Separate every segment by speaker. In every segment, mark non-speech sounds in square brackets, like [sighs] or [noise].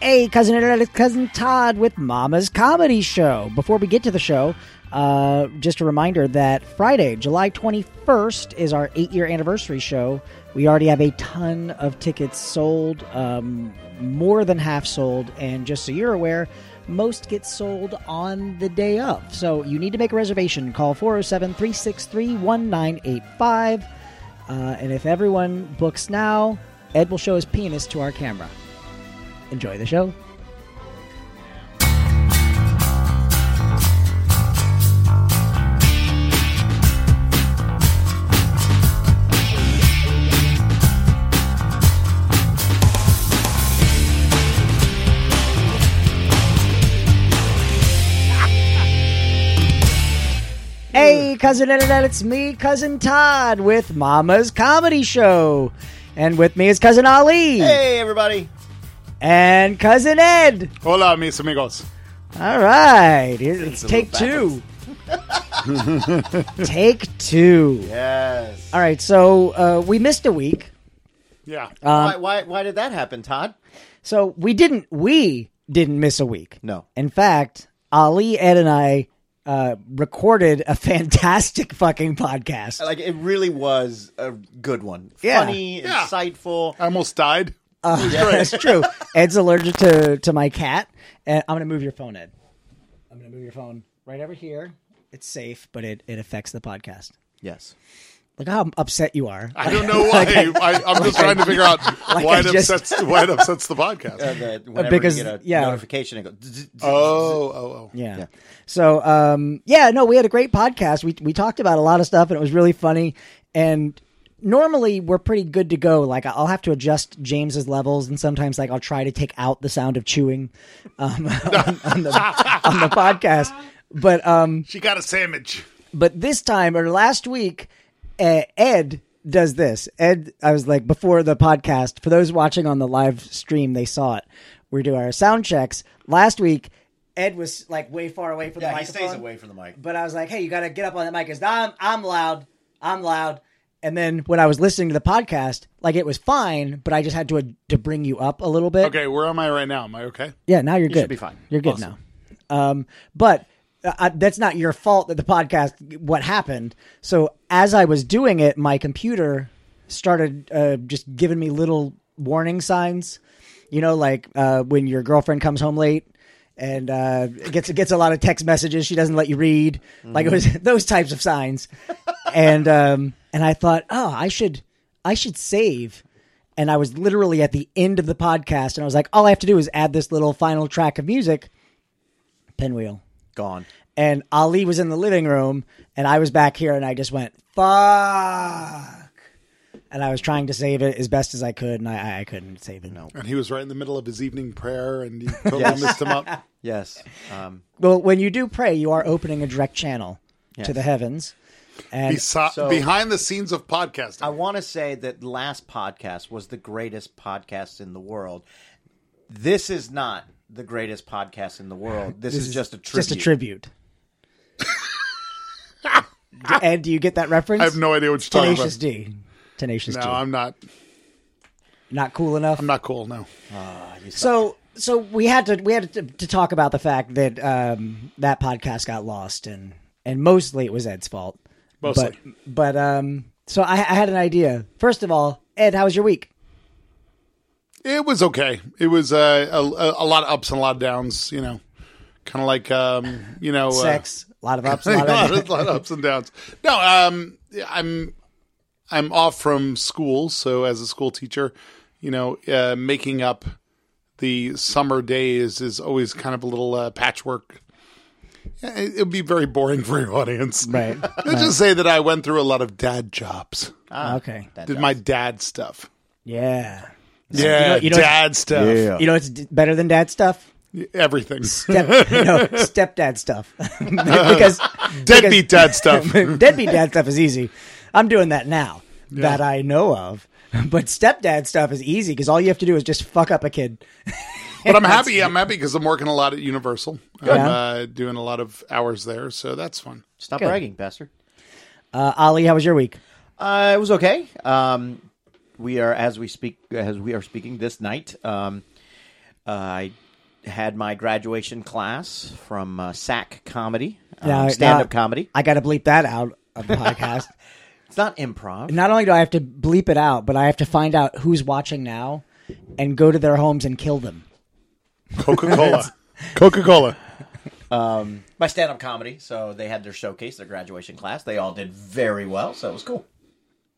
Speaker 1: Hey, cousin Internet, it's cousin Todd with Mama's Comedy Show. Before we get to the show, uh, just a reminder that Friday, July 21st, is our eight year anniversary show. We already have a ton of tickets sold, um, more than half sold, and just so you're aware, most get sold on the day of. So you need to make a reservation. Call 407 363 1985. Uh, And if everyone books now, Ed will show his penis to our camera. Enjoy the show. Hey, cousin internet, it's me, cousin Todd, with Mama's Comedy Show, and with me is cousin Ali
Speaker 2: Hey, everybody.
Speaker 1: and cousin Ed.
Speaker 3: Hola, mis amigos.
Speaker 1: All right, here- it's
Speaker 2: a
Speaker 1: take
Speaker 2: little
Speaker 1: two. [laughs] take two.
Speaker 2: Yes.
Speaker 1: All right, so uh, we missed a week.
Speaker 3: Yeah.
Speaker 2: why, why, why did that happen, Todd?
Speaker 1: So we didn't. We didn't miss a week.
Speaker 2: No.
Speaker 1: In fact, Ali, Ed, and I uh, recorded a [laughs] fantastic fucking podcast.
Speaker 2: Like, it really was a good one.
Speaker 1: Yeah.
Speaker 2: Funny,
Speaker 3: Yeah.
Speaker 2: insightful.
Speaker 3: I almost died.
Speaker 1: That's true. Ed's allergic to to my cat. And I'm gonna move your phone, Ed. I'm gonna move your phone right over here. It's safe, but it, it affects the podcast.
Speaker 2: Yes.
Speaker 1: Look how upset you are.
Speaker 3: I
Speaker 1: [laughs]
Speaker 3: don't know why. I, I'm just trying to figure out why,
Speaker 1: I
Speaker 3: it
Speaker 1: just-
Speaker 3: upsets, why it upsets the podcast.
Speaker 2: Uh, the, whenever
Speaker 1: because-
Speaker 2: you get a
Speaker 1: yeah.
Speaker 2: notification, it goes. zzz, zzz.
Speaker 3: oh, oh, oh.
Speaker 1: Yeah.
Speaker 2: Yeah.
Speaker 1: So um yeah, no, we had a great podcast. We we talked about a lot of stuff and it was really funny and normally we're pretty good to go. Like I'll have to adjust James's levels and sometimes like I'll try to take out the sound of chewing um [laughs] on, on the on the podcast. But um
Speaker 3: She got a sandwich.
Speaker 1: but this time or last week, uh, Ed does this. Ed, I was like before the podcast. For those watching on the live stream, they saw it. We do our sound checks last week. Ed was like way far away from the
Speaker 2: yeah, he
Speaker 1: microphone.
Speaker 2: stays away from the mic.
Speaker 1: But I was like, hey, you got to get up on that mic because I'm I'm loud. I'm loud. And then when I was listening to the podcast, like it was fine, but I just had to uh, to bring you up a little bit.
Speaker 3: Okay, where am I right now? Am I okay?
Speaker 1: Yeah, now you're good.
Speaker 2: be fine.
Speaker 1: You're good now. Um, but uh, I, that's not your fault that the podcast what happened. So as I was doing it, my computer started uh, just giving me little warning signs. You know, like uh, when your girlfriend comes home late and uh, gets gets a lot of text messages she doesn't let you read. Like it was [laughs] those types of signs. and um, and I thought, oh, I should I should save and I was literally at the end of the podcast, and I was like, all I have to do is add this little final track of music, pinwheel.
Speaker 2: Gone.
Speaker 1: And Ali was in the living room, and I was back here, and I just went fuck, and I was trying to save it as best as I could, and I, I couldn't save it. No.
Speaker 3: And he was right in the middle of his evening prayer and
Speaker 1: [laughs]
Speaker 3: you totally
Speaker 2: Yes.
Speaker 3: missed him up.
Speaker 2: Yes. Um,
Speaker 1: Well, when you do pray, you are opening a direct channel to
Speaker 2: Yes.
Speaker 1: the heavens, and
Speaker 3: Besi-
Speaker 2: So-
Speaker 3: behind the scenes of podcasting.
Speaker 2: I want to say that last podcast was the greatest podcast in the world. This is not the greatest podcast in the world. This, is, just a tribute.
Speaker 1: just a
Speaker 3: [laughs]
Speaker 1: tribute. and do you get that reference?
Speaker 3: I have no idea what you're talking
Speaker 1: Tenacious
Speaker 3: about.
Speaker 1: D. Tenacious
Speaker 3: No,
Speaker 1: D.
Speaker 3: I'm not.
Speaker 1: Not cool enough.
Speaker 3: I'm not cool. No.
Speaker 1: So so we had to we had to, to talk about the fact that um, that podcast got lost and and mostly it was Ed's fault.
Speaker 3: Mostly.
Speaker 1: But but um so I, I had an idea. First of all, Ed, how was your week?
Speaker 3: It was okay. It was uh, a, a, a lot of ups and a lot of downs, you know. Kind of like, um, you know. uh,
Speaker 1: Sex, a lot of
Speaker 3: [laughs]
Speaker 1: ups, a
Speaker 3: a
Speaker 1: lot
Speaker 3: lot,
Speaker 1: of
Speaker 3: of, lot of ups and downs. No, um, I'm I'm off from school, so as a school teacher, you know, uh, making up the summer days is always kind of a little uh, patchwork. It would be very boring for your audience,
Speaker 1: Right.
Speaker 3: [laughs] Let's just say that I went through a lot of dad jobs.
Speaker 1: okay.
Speaker 2: That
Speaker 3: Did
Speaker 2: does.
Speaker 3: my dad stuff.
Speaker 1: Yeah.
Speaker 3: yeah,
Speaker 1: you know-
Speaker 3: dad stuff.
Speaker 1: You know it's d- better than dad stuff. [laughs]
Speaker 3: Everything. [laughs]
Speaker 1: Step, no, stepdad stuff. [laughs] because
Speaker 3: Deadbeat dad stuff.
Speaker 1: [laughs] deadbeat dad stuff is easy. I'm doing that now that I know of. But stepdad stuff is easy because all you have to do is just fuck up a kid.
Speaker 3: but I'm happy. I'm happy because I'm working a lot at Universal. I'm
Speaker 1: Yeah.
Speaker 3: uh, doing a lot of hours there, so that's fun.
Speaker 2: Stop
Speaker 1: Good.
Speaker 2: bragging, bastard.
Speaker 1: Uh, Ali, how was your week?
Speaker 2: Uh, it was okay. Um, we are as we speak as we are speaking this night. Um, Uh, I had my graduation class from uh, SAC comedy, um,
Speaker 1: Now-
Speaker 2: stand up
Speaker 1: now-
Speaker 2: comedy.
Speaker 1: I got to bleep that out of the
Speaker 2: [laughs]
Speaker 1: podcast.
Speaker 2: It's not improv.
Speaker 1: Not only do I have to bleep it out, but I have to find out who's watching now and go to their homes and kill them.
Speaker 3: Coca
Speaker 1: [laughs]
Speaker 3: Cola. Coca Cola.
Speaker 2: My stand up comedy. So they had their showcase, their graduation class. They all did very well. So it was cool.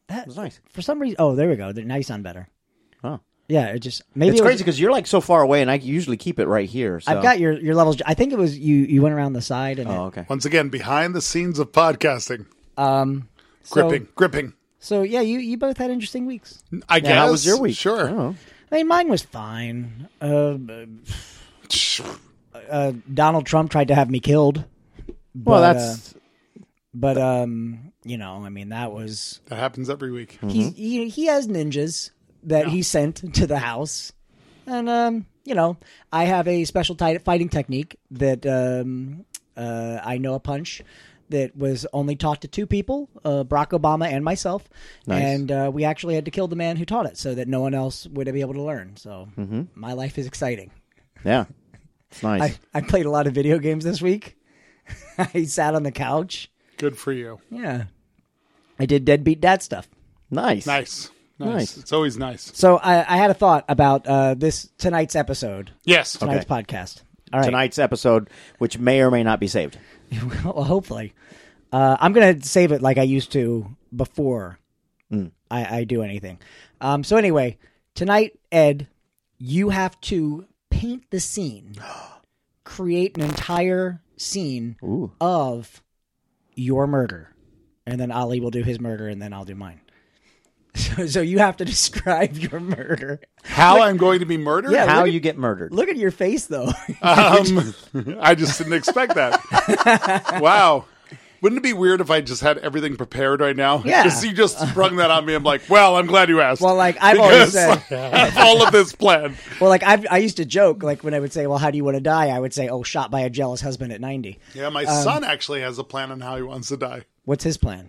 Speaker 1: That
Speaker 2: was nice.
Speaker 1: For some reason, oh, there we go. Now you sound better.
Speaker 2: Oh.
Speaker 1: Yeah, it just maybe
Speaker 2: It's
Speaker 1: it was-
Speaker 2: crazy because you're like so far away, and I usually keep it right here. So.
Speaker 1: I've got your your levels. I think it was you. You went around the side and
Speaker 2: Oh,
Speaker 1: it-
Speaker 2: okay.
Speaker 3: Once again, behind the scenes of podcasting.
Speaker 1: um, so-
Speaker 3: Gripping, gripping.
Speaker 1: So, yeah, you you both had interesting weeks.
Speaker 3: I guess.
Speaker 2: how was your week?
Speaker 3: Sure.
Speaker 2: Oh.
Speaker 1: I mean, mine was fine. Uh, uh, Donald Trump tried to have me killed. But,
Speaker 2: Well,
Speaker 1: uh,
Speaker 2: that's
Speaker 1: but um, you know, I mean, that was
Speaker 3: That happens every week.
Speaker 1: he's he, he has ninjas that he sent to the house, and um, you know, I have a special ti- fighting technique that um, uh, I know a punch that was only taught to two people, uh, Barack Obama and myself, and uh, we actually had to kill the man who taught it so that no one else would be able to learn. So my life is exciting. [laughs]
Speaker 2: yeah. It's nice.
Speaker 1: I, I played a lot of video games this week. [laughs] I sat on the couch.
Speaker 3: Good for you.
Speaker 1: Yeah. I did deadbeat dad stuff.
Speaker 2: nice.
Speaker 3: Nice. Nice.
Speaker 2: Nice.
Speaker 3: It's always nice.
Speaker 1: So I, I had a thought about uh, this tonight's episode,
Speaker 3: Yes.
Speaker 1: tonight's podcast. All right.
Speaker 2: Tonight's episode, which may or may not be saved.
Speaker 1: [laughs] well, hopefully. Uh, I'm going to save it like I used to before I, I do anything. Um, so, anyway, tonight, Ed, you have to paint the scene, create an entire scene of your murder. And then Ali will do his murder, and then I'll do mine. [laughs] So, so you have to [laughs] describe your murder.
Speaker 3: How I'm going to be murdered?
Speaker 1: Yeah.
Speaker 2: How
Speaker 1: look at-
Speaker 2: you get murdered.
Speaker 1: Look at your face, though. [laughs]
Speaker 3: Um, [laughs] I just didn't expect that.
Speaker 1: [laughs]
Speaker 3: wow. Wouldn't it be weird if I just had everything prepared right now?
Speaker 1: Yeah.
Speaker 3: [laughs] Just- you just sprung that on me. I'm like, well, I'm glad you asked.
Speaker 1: Well, like I've always
Speaker 3: Because
Speaker 1: said,
Speaker 3: [laughs] I have all of this planned.
Speaker 1: [laughs] well, like I've, I used to joke, like when I would say, "Well, how do you want to die?" I would say, "Oh, shot by a jealous husband at 90."
Speaker 3: Yeah, my
Speaker 1: Um,
Speaker 3: son actually has a plan on how he wants to die.
Speaker 1: What's his plan?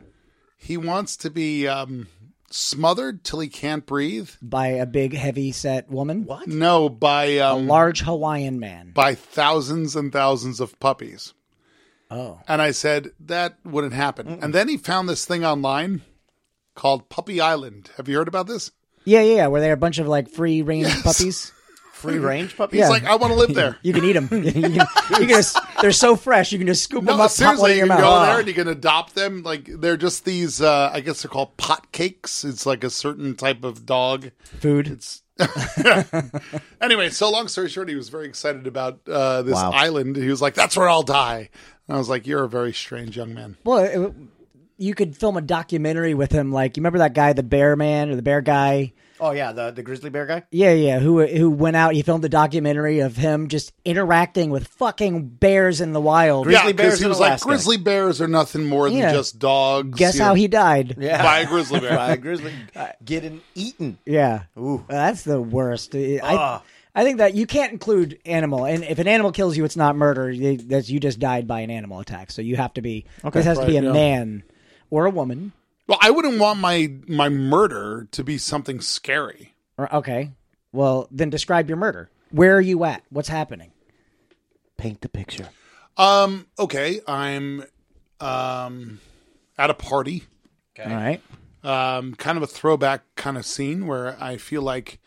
Speaker 3: He wants to be um, smothered till he can't breathe.
Speaker 1: By a big, heavy-set woman, what?
Speaker 3: No, by um,
Speaker 1: large Hawaiian man.
Speaker 3: by thousands and thousands of puppies.
Speaker 1: Oh,
Speaker 3: And I said, that wouldn't happen. And then he found this thing online called Puppy Island. Have you heard about this?
Speaker 1: yeah, yeah, yeah. Were they a bunch of like free-range puppies? [laughs]
Speaker 2: Free range puppies?
Speaker 1: Yeah.
Speaker 3: He's like, I want to live there.
Speaker 1: [laughs] You can eat them.
Speaker 3: [laughs]
Speaker 1: you can, you can just, they're so fresh. You can just scoop them
Speaker 3: No,
Speaker 1: up, pop one
Speaker 3: seriously,
Speaker 1: in
Speaker 3: you
Speaker 1: your
Speaker 3: can
Speaker 1: mouth. Ah.
Speaker 3: go
Speaker 1: Wow.
Speaker 3: there and you can adopt them. Like they're just these. Uh, I guess they're called pot cakes. It's like a certain type of dog.
Speaker 1: Ah, Food.
Speaker 3: Anyway, so long story short, he was very excited about uh, this
Speaker 2: Wow.
Speaker 3: island. He was like, "That's where I'll die." And I was like, "You're a very strange young man."
Speaker 1: Well, it, you could film a documentary with him. Like you remember that guy, the bear man or the bear guy.
Speaker 2: Oh, yeah. The, the grizzly bear guy?
Speaker 1: Yeah, yeah. Who who went out? He filmed a documentary of him just interacting with fucking bears in the wild.
Speaker 2: Grizzly
Speaker 3: yeah, because
Speaker 2: bears
Speaker 3: he
Speaker 2: in
Speaker 3: was like,
Speaker 2: Alaska.
Speaker 3: "Grizzly bears are nothing more than
Speaker 1: Yeah.
Speaker 3: just dogs."
Speaker 1: Guess
Speaker 3: you
Speaker 1: how
Speaker 3: know,
Speaker 1: he died?
Speaker 2: Yeah.
Speaker 1: [laughs]
Speaker 3: [laughs] by a grizzly bear.
Speaker 2: By a grizzly. Getting eaten.
Speaker 1: Yeah.
Speaker 2: Ooh.
Speaker 1: Uh, that's the worst. I- I
Speaker 2: Ah.
Speaker 1: I think that you can't include animal, and if an animal kills you, it's not murder. They- That's you just died by an animal attack. So you have to be. this has to be a
Speaker 3: Right, yeah.
Speaker 1: man or a woman.
Speaker 3: Well, I wouldn't want my my murder to be something scary.
Speaker 1: Or okay, well then describe your murder. Where are you at? What's happening?
Speaker 2: Paint the picture.
Speaker 3: Um, okay, I'm um at a party.
Speaker 1: All right.
Speaker 3: um, kind of a throwback kind of scene where I feel like,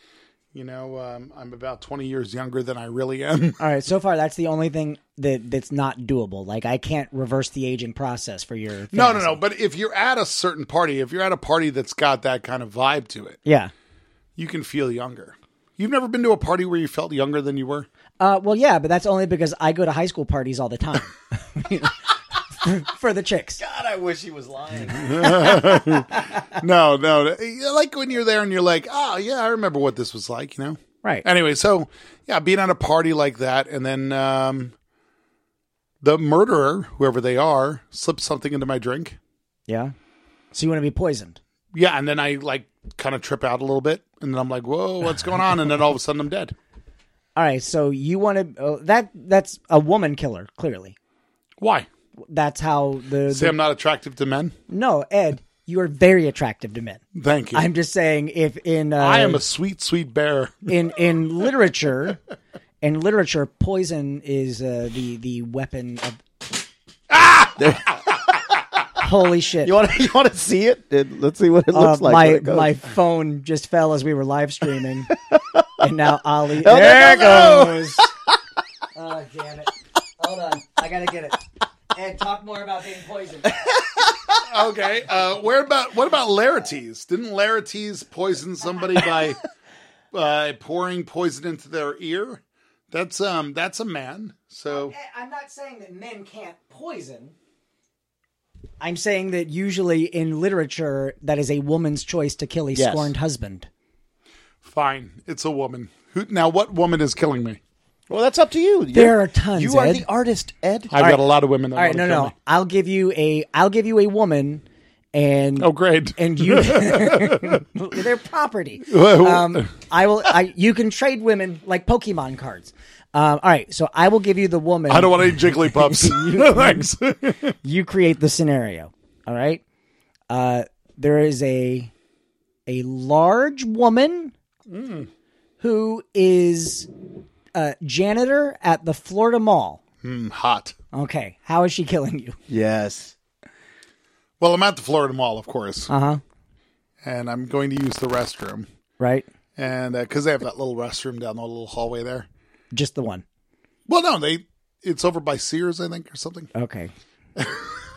Speaker 3: you know, um, I'm about 20 years younger than I really am.
Speaker 1: All right. So far, that's the only thing that that's not doable. Like I can't reverse the aging process for your.
Speaker 3: no, no,
Speaker 1: fantasy.
Speaker 3: no. But if you're at a certain party, if you're at a party that's got that kind of vibe to it,
Speaker 1: Yeah.
Speaker 3: you can feel younger. You've never been to a party where you felt younger than you were?
Speaker 1: Uh, well, yeah, but that's only because I go to high school parties all the [laughs] time for, for the chicks.
Speaker 2: God, I wish he was lying.
Speaker 3: No, no. Like when you're there and you're like, oh, yeah, I remember what this was like, you know?
Speaker 1: Right.
Speaker 3: Anyway, so yeah, being at a party like that, and then um, the murderer, whoever they are, slips something into my drink.
Speaker 1: [laughs] Yeah. So you want to be poisoned?
Speaker 3: Yeah, and then I like kind of trip out a little bit, and then I'm like, "Whoa, what's going on?" And then all of a sudden, I'm dead.
Speaker 1: All right. So you want to? Oh, that that's a woman killer. Clearly,
Speaker 3: Why?
Speaker 1: that's how the,
Speaker 3: Say
Speaker 1: the
Speaker 3: I'm not attractive to men.
Speaker 1: no Ed. You are very attractive to men.
Speaker 3: Thank you.
Speaker 1: I'm just saying, if in uh,
Speaker 3: I am a sweet, sweet bear.
Speaker 1: in in literature, in literature, poison is uh, the the weapon of. Holy shit!
Speaker 2: You want to you want to see it? It- Let's see what it
Speaker 1: Uh,
Speaker 2: looks like. when
Speaker 1: my
Speaker 2: it goes.
Speaker 1: my phone just fell as we were live
Speaker 2: [laughs]
Speaker 1: streaming, and now Ali.
Speaker 2: Oh, there
Speaker 1: there
Speaker 2: it
Speaker 1: it goes. [laughs] oh damn it! Hold on, I gotta get it. Ed, talk more about being poisoned.
Speaker 3: Okay. Uh, where about what about Laertes? Didn't Laertes poison somebody [laughs] by by pouring poison into their ear? That's um that's a man. So
Speaker 1: I'm not saying that men can't poison. I'm saying that usually in literature, that is a woman's choice to kill a
Speaker 2: Yes.
Speaker 1: scorned husband.
Speaker 3: fine, it's a woman. Who now? What woman is killing me?
Speaker 2: well, that's up to you. You're-
Speaker 1: There are tons,
Speaker 2: You are
Speaker 1: Ed.
Speaker 2: the artist, Ed.
Speaker 3: I've got a lot of women. That
Speaker 1: All right,
Speaker 3: wanna
Speaker 1: no,
Speaker 3: kill
Speaker 1: no,
Speaker 3: me.
Speaker 1: I'll give you a, I'll give you a woman, and
Speaker 3: Oh, great.
Speaker 1: and you, [laughs] their property. Um, I will. I you can trade women like Pokemon cards. Um, all right, so I will give you the woman.
Speaker 3: [laughs] I don't want
Speaker 1: [laughs]
Speaker 3: any jigglypuffs. [laughs] No, Thanks.
Speaker 1: you create the scenario. All right. Uh, there is a a large woman
Speaker 3: Mm.
Speaker 1: who is a janitor at the Florida Mall.
Speaker 3: Mm, hot.
Speaker 1: Okay, how is she killing you?
Speaker 2: Yes.
Speaker 3: Well, I'm at the Florida Mall, of course,
Speaker 1: Uh huh.
Speaker 3: and I'm going to use the restroom,
Speaker 1: Right,
Speaker 3: and because they have that little restroom down the little hallway there.
Speaker 1: just the one.
Speaker 3: Well, no, they it's over by Sears, I think, or something. [laughs]
Speaker 1: Okay,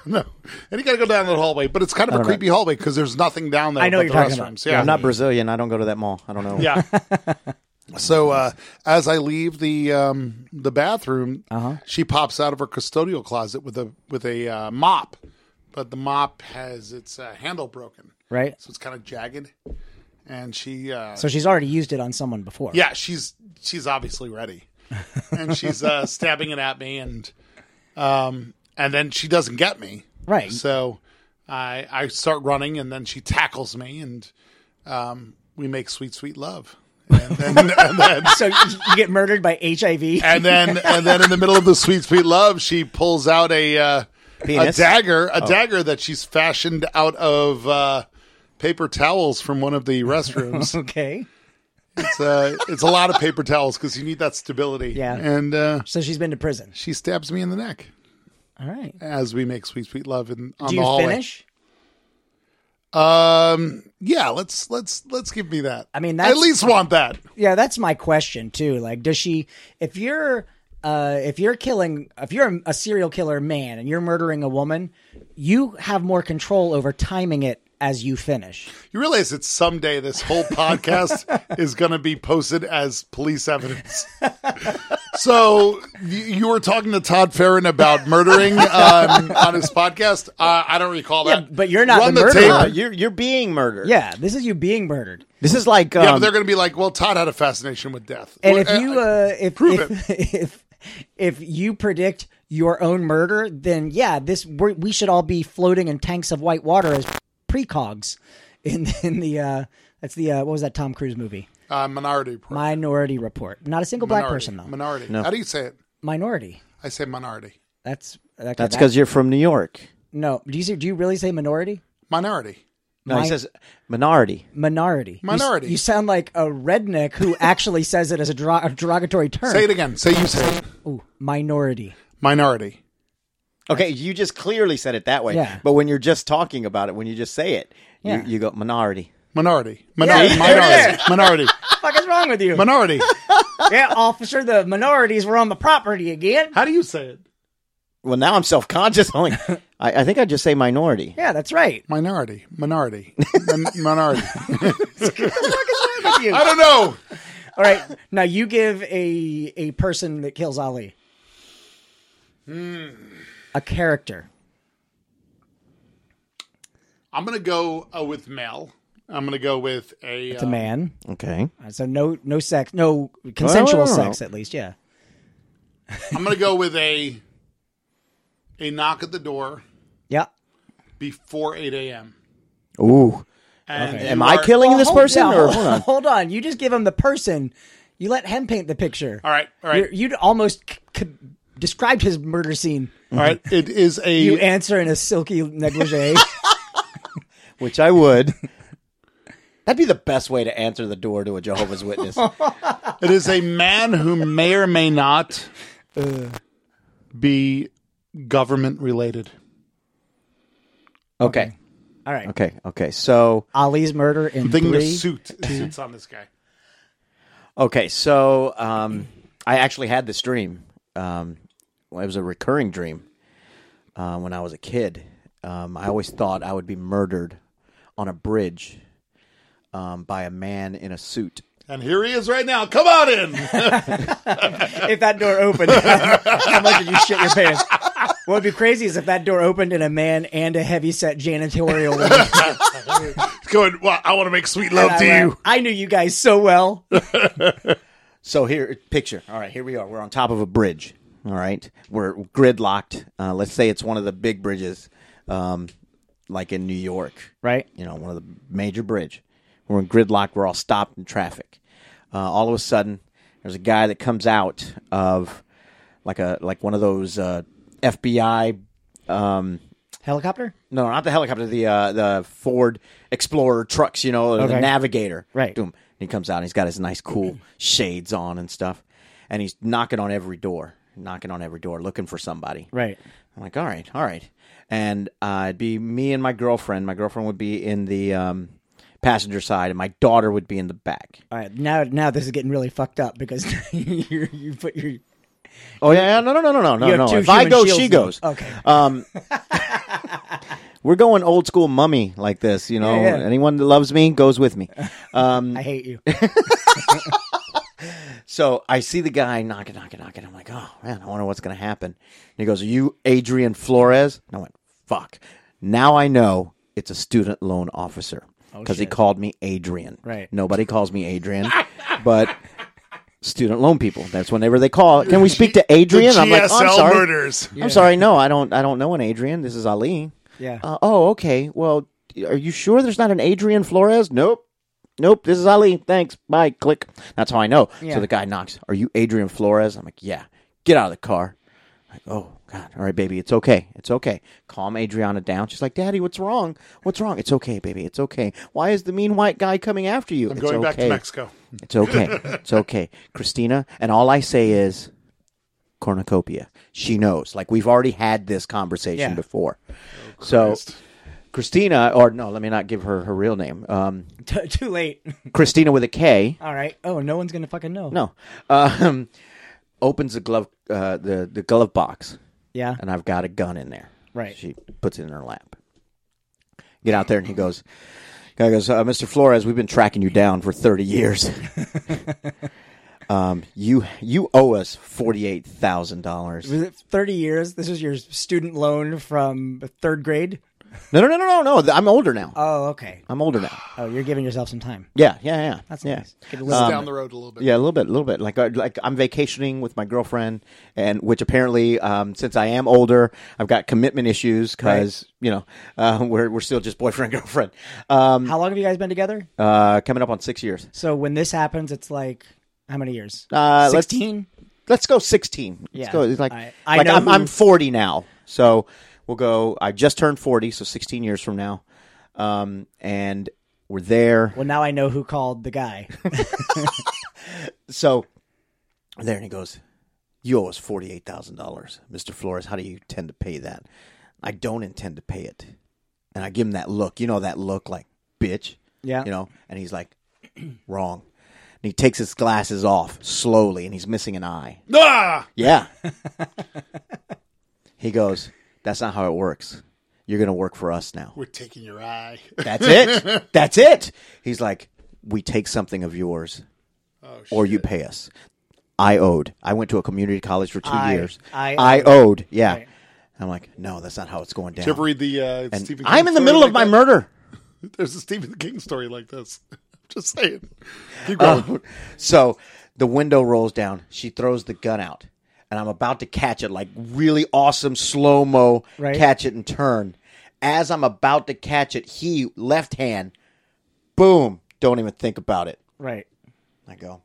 Speaker 3: No, and you got to go down the hallway, but it's kind of a creepy hallway because there's nothing down there.
Speaker 1: I know
Speaker 3: but
Speaker 1: what
Speaker 3: the
Speaker 1: you're talking
Speaker 3: restrooms.
Speaker 1: about.
Speaker 3: Yeah,
Speaker 2: I'm not Brazilian. I don't go to that mall. I don't know.
Speaker 3: Yeah. so uh, as I leave the um, the bathroom,
Speaker 1: Uh-huh.
Speaker 3: she pops out of her custodial closet with a with a uh, mop, but the mop has its uh, handle broken,
Speaker 1: right.
Speaker 3: so it's kind of jagged, and she uh,
Speaker 1: So she's already used it on someone before.
Speaker 3: yeah she's she's obviously ready, and she's uh, stabbing it at me, and um, and then she doesn't get me,
Speaker 1: Right.
Speaker 3: so I I start running, and then she tackles me, and um, we make sweet sweet love. And then, and then,
Speaker 1: So you you get murdered by
Speaker 3: [laughs]
Speaker 1: HIV.
Speaker 3: and then and then in the middle of the sweet sweet love, she pulls out a uh, a
Speaker 2: Penis?
Speaker 3: dagger, a dagger that she's fashioned out of uh, paper towels from one of the restrooms.
Speaker 1: Okay.
Speaker 3: it's uh, it's a lot of paper towels because you need that stability.
Speaker 1: Yeah.
Speaker 3: and uh,
Speaker 1: So she's been to prison.
Speaker 3: she stabs me in the neck
Speaker 1: All right.
Speaker 3: as we make sweet sweet love in on
Speaker 1: Do
Speaker 3: the
Speaker 1: you
Speaker 3: hallway.
Speaker 1: finish?
Speaker 3: Um, yeah, let's let's let's give me that. I
Speaker 1: mean,
Speaker 3: I at
Speaker 1: that's-
Speaker 3: least want that.
Speaker 1: Yeah, that's my question too. Like, does she? If you're, uh, if you're killing, if you're a serial killer man and you're murdering a woman, you have more control over timing it as you finish.
Speaker 3: You realize that someday this
Speaker 1: [laughs]
Speaker 3: whole podcast is going to be posted as police evidence. so you, you were talking to Todd Farron about murdering um, on his podcast. Uh, I don't recall that.
Speaker 1: but you're not
Speaker 3: Run
Speaker 1: the murderer.
Speaker 2: No,
Speaker 3: tape.
Speaker 2: you're you're being murdered.
Speaker 1: Yeah, this is you being murdered.
Speaker 2: This is like um,
Speaker 3: Yeah, but they're going to be like, well, Todd had a fascination with death.
Speaker 1: And
Speaker 3: Well,
Speaker 1: if you, uh, if
Speaker 3: prove
Speaker 1: if, [laughs] if if you predict your own murder, then yeah, this we're, we should all be floating in tanks of white water as precogs in [laughs] in the uh, that's the uh, what was that Tom Cruise movie
Speaker 3: uh, minority. pro-
Speaker 1: Minority Report. Not a single black
Speaker 3: minority,
Speaker 1: person though.
Speaker 3: Minority. How do you say it?
Speaker 1: minority.
Speaker 3: I say minority.
Speaker 1: That's okay,
Speaker 2: that's
Speaker 1: that-
Speaker 2: because you're from New York.
Speaker 1: no. Do you say, do you really say minority?
Speaker 3: Minority.
Speaker 2: No,
Speaker 1: My-
Speaker 2: he says minority.
Speaker 1: Minority. You s-
Speaker 3: Minority.
Speaker 1: You, sound like a redneck
Speaker 3: [laughs]
Speaker 1: who actually says it as a, dero- a derogatory term.
Speaker 3: Say it again. Say you say it.
Speaker 1: Ooh, minority.
Speaker 3: Minority.
Speaker 2: Okay, you just clearly said it that way.
Speaker 1: Yeah.
Speaker 2: But when you're just talking about it, when you just say it,
Speaker 1: Yeah.
Speaker 2: you, you go minority.
Speaker 3: Minority. Minority.
Speaker 1: Yeah, there
Speaker 3: minority. Minority.
Speaker 1: What the fuck is wrong with you?
Speaker 3: Minority.
Speaker 1: yeah, officer, the minorities were on the property again.
Speaker 3: How do you say it?
Speaker 2: Well, now I'm self conscious. [laughs] I'm like, I, I think I just say minority.
Speaker 1: Yeah, that's right.
Speaker 3: Minority, minority,
Speaker 1: [laughs]
Speaker 3: Min- minority.
Speaker 1: What's wrong with you?
Speaker 3: I
Speaker 1: All
Speaker 3: don't know. [laughs]
Speaker 1: right, now you give a a person that kills Ali.
Speaker 3: Hmm.
Speaker 1: A character.
Speaker 3: I'm gonna go uh, with male. I'm gonna go with a. uh,
Speaker 1: It's a man.
Speaker 2: Okay.
Speaker 1: So no no sex, no consensual
Speaker 2: no, no, no.
Speaker 1: sex at least, yeah.
Speaker 3: I'm gonna go with a. A knock at the door
Speaker 1: Yeah.
Speaker 3: before 8 a.m.
Speaker 2: Ooh.
Speaker 3: And you
Speaker 2: Am I
Speaker 3: are-
Speaker 2: killing this
Speaker 1: Oh, Hold-
Speaker 2: person?
Speaker 1: yeah,
Speaker 2: or
Speaker 1: [laughs] hold,
Speaker 2: hold on.
Speaker 1: hold on. You just give him the person. You let him paint the picture.
Speaker 3: All right, all right,
Speaker 1: You're- You'd almost c- c- described his murder scene.
Speaker 3: all right. It is a.
Speaker 1: You
Speaker 3: [laughs]
Speaker 1: answer in a silky negligee.
Speaker 2: Which I would. That'd be the best way to answer the door to a Jehovah's Witness.
Speaker 3: It is a man who may or may not be government related.
Speaker 2: okay.
Speaker 1: All right.
Speaker 2: Okay. Okay. So,
Speaker 1: Ali's murder in
Speaker 3: Thing the
Speaker 1: three.
Speaker 3: suit suits on this guy.
Speaker 2: okay. So, um, I actually had this dream. Um, well, it was a recurring dream uh, when I was a kid. Um, I always thought I would be murdered on a bridge um, by a man in a suit.
Speaker 3: And here he is right now. Come on in.
Speaker 1: if that door opened, [laughs] how much did you shit your pants? What would be crazy is if that door opened and a man and a heavy set janitorial woman.
Speaker 3: [laughs] Going, well, I want to make sweet love
Speaker 1: I,
Speaker 3: to
Speaker 1: went,
Speaker 3: you.
Speaker 1: I knew you guys so well.
Speaker 2: So here, picture. All right, here we are. We're on top of a bridge. All right, we're gridlocked. Uh, let's say it's one of the big bridges, um, like in New York,
Speaker 1: Right.
Speaker 2: you know, one of the major bridge. We're in gridlock. We're all stopped in traffic. Uh, all of a sudden, there's a guy that comes out of like a like one of those uh, FBI. Um,
Speaker 1: Helicopter?
Speaker 2: no, not the helicopter. The uh, the Ford Explorer trucks, you know, the
Speaker 1: Okay.
Speaker 2: Navigator.
Speaker 1: Right.
Speaker 2: Doom. And he comes out. and He's got his nice, cool shades on and stuff, and he's knocking on every door, knocking on every door, looking for somebody.
Speaker 1: Right.
Speaker 2: I'm like, all right, all right. And uh, it'd be me and my girlfriend. My girlfriend would be in the um, passenger side, and my daughter would be in the back.
Speaker 1: All right. Now now this is getting really fucked up because [laughs] you you put your
Speaker 2: Oh yeah, yeah, no, no, no, no, no, no,
Speaker 1: have
Speaker 2: no.
Speaker 1: two
Speaker 2: If I
Speaker 1: human
Speaker 2: go,
Speaker 1: shields
Speaker 2: she
Speaker 1: now.
Speaker 2: goes.
Speaker 1: Okay.
Speaker 2: Um, we're going old school mummy like this, you know.
Speaker 1: Yeah, yeah.
Speaker 2: Anyone that loves me goes with me. Um,
Speaker 1: I hate you.
Speaker 2: So I see the guy knocking, knocking, knocking. I'm like, oh man, I wonder what's gonna happen. And he goes, Are you Adrian Flores? And I went, fuck. Now I know it's a student loan officer. Because he called me Adrian.
Speaker 1: Right.
Speaker 2: Nobody calls me Adrian, but student loan people. That's whenever they call. Can we speak to Adrian?
Speaker 3: GSL
Speaker 2: I'm like, "Oh, I'm sorry.
Speaker 3: murders.
Speaker 2: I'm sorry. No, I don't. I don't know an Adrian. This is Ali.
Speaker 1: Yeah.
Speaker 2: Uh, oh, okay. Well, are you sure there's not an Adrian Flores? Nope. Nope. This is Ali. Thanks. Bye. Click. That's how I know.
Speaker 1: Yeah.
Speaker 2: So the guy knocks. Are you Adrian Flores? I'm like, yeah. Get out of the car. Like, oh God. All right, baby. It's okay. It's okay. Calm Adriana down. She's like, Daddy, what's wrong? What's wrong? It's okay, baby. It's okay. Why is the mean white guy coming after you?
Speaker 3: I'm
Speaker 2: it's
Speaker 3: going
Speaker 2: okay.
Speaker 3: back to Mexico.
Speaker 2: It's okay. It's okay. Christina, and all I say is cornucopia. She knows. Like we've already had this conversation
Speaker 1: Yeah.
Speaker 2: before. so Christina, or no, let me not give her her real name. Um,
Speaker 1: [laughs] T- too late. [laughs]
Speaker 2: Christina with a K.
Speaker 1: All right. Oh, no one's gonna fucking know.
Speaker 2: No, um, opens the glove uh, the the glove box,
Speaker 1: Yeah.
Speaker 2: and I've got a gun in there.
Speaker 1: Right.
Speaker 2: She puts it in her lap. Get out there, and he goes. Guy goes, uh, Mr. Flores, we've been tracking you down for
Speaker 1: [laughs]
Speaker 2: thirty years. um, you you owe us forty eight thousand dollars.
Speaker 1: Was it thirty years? This is your student loan from third grade?
Speaker 2: No, no, no, no, no, no. I'm older now.
Speaker 1: Oh, okay.
Speaker 2: I'm older now.
Speaker 1: Oh, you're giving yourself some time.
Speaker 2: Yeah, yeah, yeah.
Speaker 1: That's
Speaker 2: yeah. Um,
Speaker 1: nice. Get a
Speaker 3: It's
Speaker 1: little-
Speaker 3: down the road a little bit.
Speaker 2: Yeah, a little bit, a little bit. Like, uh, like I'm vacationing with my girlfriend, and which apparently, um, since I am older, I've got commitment issues because you know uh, [laughs] we're we're still just boyfriend [laughs] girlfriend. Um,
Speaker 1: How long have you guys been together?
Speaker 2: uh, coming up on six years.
Speaker 1: So when this happens, it's like how many years?
Speaker 2: Uh, let's-
Speaker 1: Sixteen.
Speaker 2: Let's go sixteen. Let's
Speaker 1: Yeah.
Speaker 2: go. It's like
Speaker 1: I- I
Speaker 2: like
Speaker 1: know
Speaker 2: I'm,
Speaker 1: who-
Speaker 2: I'm forty now, so we'll go. I just turned forty, so sixteen years from now, um, and we're there.
Speaker 1: Well, now I know who called the
Speaker 2: [laughs]
Speaker 1: guy.
Speaker 2: So there, and he goes, "You owe us forty eight thousand dollars, Mister Flores. How do you intend to pay that?" I don't intend to pay it, and I give him that look. You know that look, like bitch.
Speaker 1: Yeah.
Speaker 2: You know, and he's like, [clears throat] "Wrong." And he takes his glasses off slowly, and he's missing an eye.
Speaker 3: Ah!
Speaker 2: Yeah. [laughs] he goes, "That's not how it works. You're gonna work for us now."
Speaker 3: We're taking your
Speaker 2: [laughs]
Speaker 3: eye.
Speaker 2: That's it. [laughs] That's it. He's like, we take something of yours,
Speaker 3: Oh,
Speaker 2: or you pay us. I owed. I went to a community college for two
Speaker 1: I-
Speaker 2: years.
Speaker 1: I
Speaker 2: owed. Yeah. I'm like, no, that's not how it's going down.
Speaker 3: Did you ever read the uh,
Speaker 2: And
Speaker 3: Stephen King
Speaker 2: I'm in the
Speaker 3: story
Speaker 2: middle
Speaker 3: like
Speaker 2: of my
Speaker 3: that?
Speaker 2: murder.
Speaker 3: There's a Stephen King story like this. [laughs] Just saying. Keep going.
Speaker 2: Oh, [laughs] So the window rolls down. She throws the gun out, and I'm about to catch it like really awesome slow mo
Speaker 1: Right.
Speaker 2: catch it and turn. As I'm about to catch it, he left hand, boom! Don't even think about it.
Speaker 1: right.
Speaker 2: I go.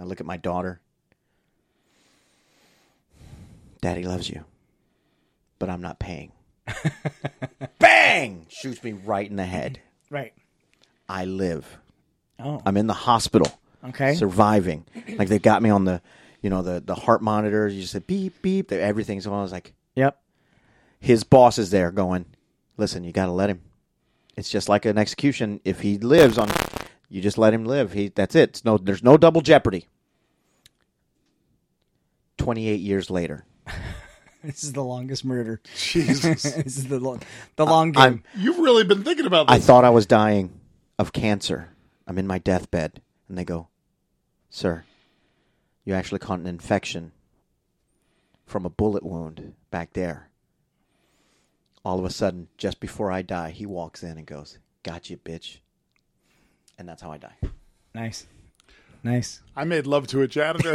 Speaker 2: I look at my daughter. Daddy loves you, but I'm not paying. Bang! Shoots me right in the head.
Speaker 1: Right.
Speaker 2: I live.
Speaker 1: Oh.
Speaker 2: I'm in the hospital
Speaker 1: Okay.
Speaker 2: surviving. Like they've got me on the, you know, the the heart monitors. You just say beep beep. They, everything's on. I was like,
Speaker 1: yep.
Speaker 2: his boss is there going, listen, you got to let him. It's just like an execution. If he lives on, you just let him live. He that's it. It's no, there's no double jeopardy. Twenty eight years later,
Speaker 1: This is the longest murder. [laughs]
Speaker 3: Jesus.
Speaker 1: this is the long, the long game.
Speaker 2: Uh, I'm
Speaker 3: You've really been thinking about
Speaker 2: I
Speaker 3: this.
Speaker 2: thought I was dying of cancer. I'm in my deathbed. And they go, Sir, you actually caught an infection from a bullet wound back there. All of a sudden, just before I die, he walks in and goes, Gotcha, bitch. And that's how I die.
Speaker 1: nice. Nice.
Speaker 3: I made love to
Speaker 2: [laughs]
Speaker 3: a janitor.
Speaker 1: All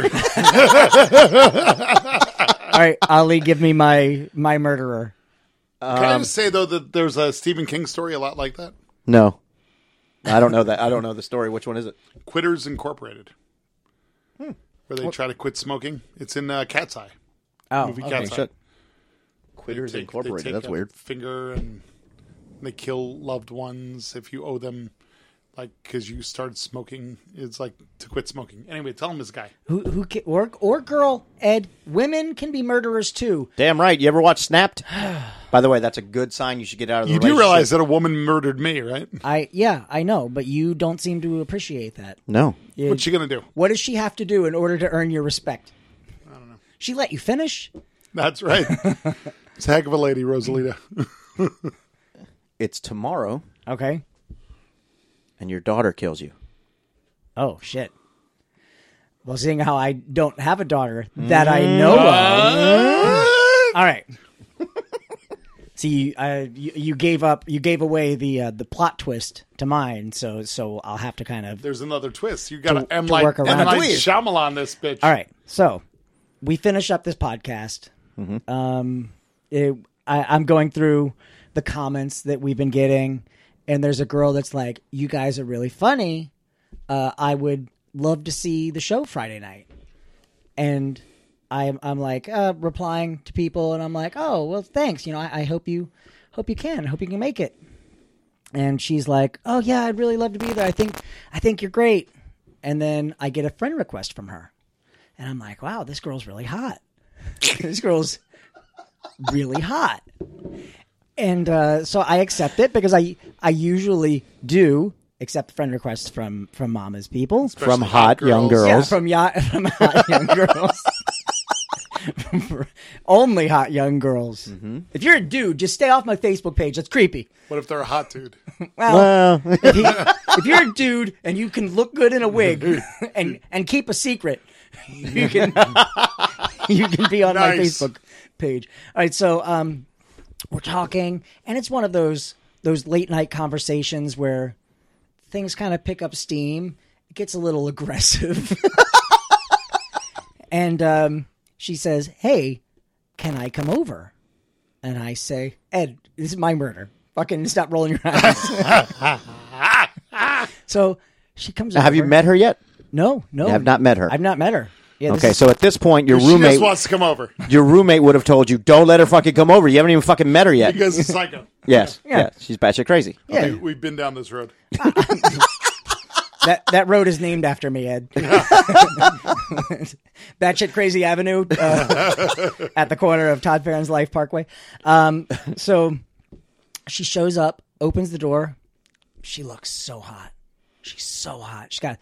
Speaker 1: right, Ali, give me my my murderer.
Speaker 3: Can
Speaker 2: Um,
Speaker 3: I just say though that there's a Stephen King story a lot like that?
Speaker 2: No. I don't know that. I don't know the story. Which one is it?
Speaker 3: Quitters Incorporated,
Speaker 2: Hmm.
Speaker 3: where they try to quit smoking. It's in uh, Cat's Eye.
Speaker 1: Oh,
Speaker 3: Movie
Speaker 1: okay.
Speaker 3: Cat's Eye.
Speaker 2: Shut.
Speaker 3: They
Speaker 2: Quitters
Speaker 3: take- they
Speaker 2: Incorporated.
Speaker 3: take
Speaker 2: That's
Speaker 3: a
Speaker 2: weird.
Speaker 3: Finger and they kill loved ones if you owe them, like because you started smoking. It's like to quit smoking. Anyway, tell him this guy.
Speaker 1: Who who can, or or girl? Ed, women can be murderers too.
Speaker 2: Damn right. You ever watch Snapped? [sighs] By the way, that's a good sign. You should get out of the
Speaker 3: You do
Speaker 2: relationship.
Speaker 3: realize that a woman murdered
Speaker 2: [laughs]
Speaker 3: me, right?
Speaker 1: I yeah, I know, but you don't seem to appreciate that.
Speaker 2: No.
Speaker 1: Yeah.
Speaker 3: What's she gonna do?
Speaker 1: What does she have to do in order to earn your respect? I don't know. She let you finish.
Speaker 2: [laughs]
Speaker 3: That's right. it's a heck of a lady, Rosalita.
Speaker 2: It's tomorrow,
Speaker 1: Okay.
Speaker 2: and your daughter kills you.
Speaker 1: Oh shit. Well, seeing how I don't have a daughter that I know
Speaker 2: Um,
Speaker 1: of. All right. [laughs] See, uh, you, you gave up, you gave away the uh, the plot twist to mine, so so I'll have to kind of.
Speaker 3: There's another twist. You got
Speaker 1: To-
Speaker 3: to M
Speaker 1: to
Speaker 3: light
Speaker 1: work
Speaker 3: M
Speaker 1: around.
Speaker 3: light
Speaker 2: Twist.
Speaker 3: Shyamalan this bitch.
Speaker 1: All right, so we finish up this podcast. Um, it, I, I'm going through the comments that we've been getting, and there's a girl that's like, "You guys are really funny. Uh, I would love to see the show Friday night." and I'm I'm like uh, replying to people, and I'm like, oh well, thanks. You know, I, I hope you hope you can, hope you can make it. And she's like, oh yeah, I'd really love to be there. I think I think you're great. And then I get a friend request from her, and I'm like, wow, this girl's really hot. [laughs] this girl's really hot. And uh, so I accept it because I I usually do accept friend requests from from mama's people.
Speaker 2: from
Speaker 3: Especially
Speaker 2: hot, young girls.
Speaker 1: Yeah, from yacht, [laughs] from hot young girls. [laughs] From- Only hot young girls.
Speaker 2: Mm-hmm.
Speaker 1: If you're a dude, just stay off my Facebook page. That's creepy.
Speaker 3: What if they're a
Speaker 1: [laughs]
Speaker 3: hot dude?
Speaker 1: Well, if, he- if you're a dude and you can look good in a wig and and keep a secret, you can [laughs] you can be on my
Speaker 3: Nice.
Speaker 1: Facebook page. All right, so um, we're talking, and it's one of those those late night conversations where things kind of pick up steam. It gets a little aggressive, and um, she says, "Hey, can I come over?" And I say, "Ed, this is my murder. Fucking stop rolling your eyes." so she comes.
Speaker 2: Have you
Speaker 1: over.
Speaker 2: met her [laughs] yet?
Speaker 1: No, no,
Speaker 2: You have not met her.
Speaker 1: I've not met her. Yeah, this
Speaker 2: Okay,
Speaker 1: is-
Speaker 2: so at this point, your
Speaker 3: She
Speaker 2: roommate,
Speaker 3: just wants to come over
Speaker 2: your roommate would have told you, "Don't let her fucking come over. You haven't even fucking met her yet."
Speaker 3: because it's psycho.
Speaker 2: yes,
Speaker 1: Yeah.
Speaker 2: yeah. she's batshit crazy.
Speaker 1: yeah,
Speaker 3: We- We've been down this road.
Speaker 1: that that road is named after me, Ed. [laughs] Batshit Crazy Avenue uh, at the corner of Todd Farron's Life Parkway. Um, so she shows up, opens the door. She looks so hot. She's so hot. She's got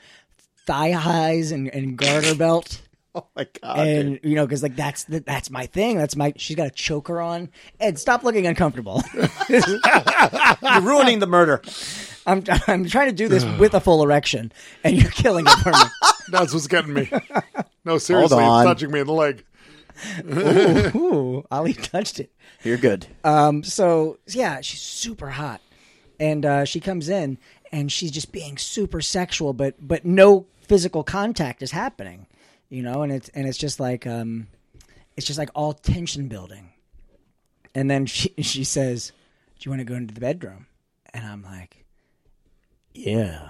Speaker 1: thigh highs and, and garter belt.
Speaker 2: Oh my god!
Speaker 1: And you know, because like that's the, that's my thing. That's my. She's got a choker on. Ed, stop looking uncomfortable. [laughs]
Speaker 2: [laughs] You're ruining the murder.
Speaker 1: I'm I'm trying to do this with a full erection, and you're killing it for me.
Speaker 3: That's what's
Speaker 1: [laughs]
Speaker 3: getting me. No, seriously,
Speaker 2: on.
Speaker 3: it's touching me in the leg.
Speaker 1: Ooh, Ali touched it.
Speaker 2: You're good.
Speaker 1: Um, so yeah, she's super hot, and uh, she comes in and she's just being super sexual, but but no physical contact is happening, you know, and it's and it's just like um, it's just like all tension building, and then she [laughs] she says, "Do you want to go into the bedroom?" And I'm like, "Yeah."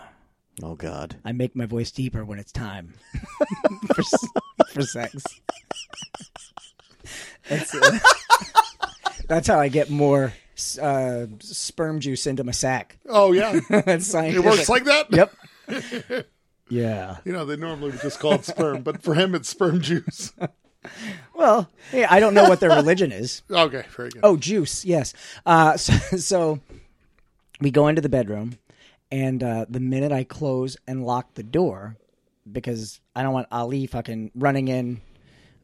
Speaker 2: oh god.
Speaker 1: I make my voice deeper when it's time [laughs] for, s- for sex. That's, uh, that's how I get more s- uh, sperm juice into my sack. [laughs]
Speaker 3: Oh yeah,
Speaker 1: That's
Speaker 3: it
Speaker 1: scientific.
Speaker 3: works like that.
Speaker 1: Yep. yeah.
Speaker 3: You know, they normally would just call it sperm, but for him, it's sperm juice. [laughs]
Speaker 1: Well, yeah, I don't know what their religion is.
Speaker 3: Okay, very good.
Speaker 1: Oh, juice. Yes. Uh, [laughs] so, so we go into the bedroom, and uh, the minute I close and lock the door, because I don't want Ali fucking running in,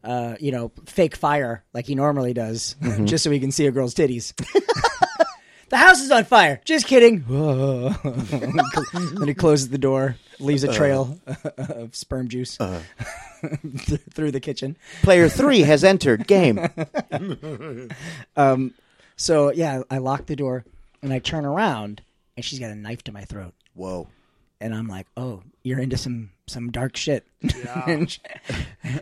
Speaker 1: uh, you know, fake fire like he normally does, [laughs] just so he can see a girl's titties. [laughs] the house is on fire. Just kidding. [laughs] then he closes the door, leaves a trail [laughs] of sperm juice [laughs] th- through the kitchen.
Speaker 2: Player three has entered [laughs] game.
Speaker 1: So yeah, I lock the door and I turn around and she's got a knife to my throat.
Speaker 2: Whoa.
Speaker 1: And I'm like, oh, you're into some some dark shit. [laughs] and she,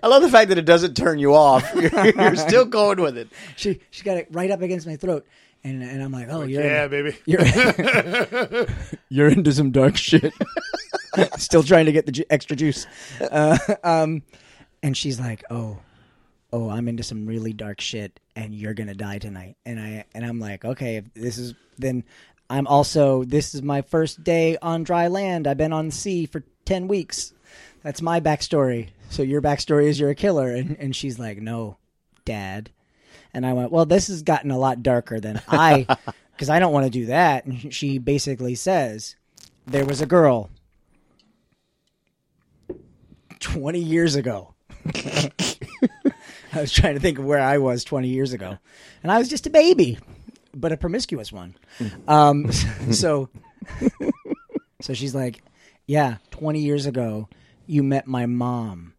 Speaker 2: I love the fact that it doesn't turn you off. [laughs] You're, you're still going with it.
Speaker 1: she she got it right up against my throat. And and I'm like, oh, you're
Speaker 3: yeah,
Speaker 1: into,
Speaker 3: baby.
Speaker 1: you're you're into some dark shit. Still trying to get the ju- extra juice. Uh, um, and she's like, oh, oh, I'm into some really dark shit, and you're gonna die tonight. And I and I'm like, okay, if this is then I'm also this is my first day on dry land. I've been on sea for ten weeks. That's my backstory. So your backstory is you're a killer, and and she's like, no, dad. And I went, well, this has gotten a lot darker than I, because I don't want to do that. And she basically says, there was a girl. 20 years ago. [laughs] I was trying to think of where I was 20 years ago, and I was just a baby, but a promiscuous one. Um, [laughs] so, so she's like, "Yeah, 20 years ago, you met my mom,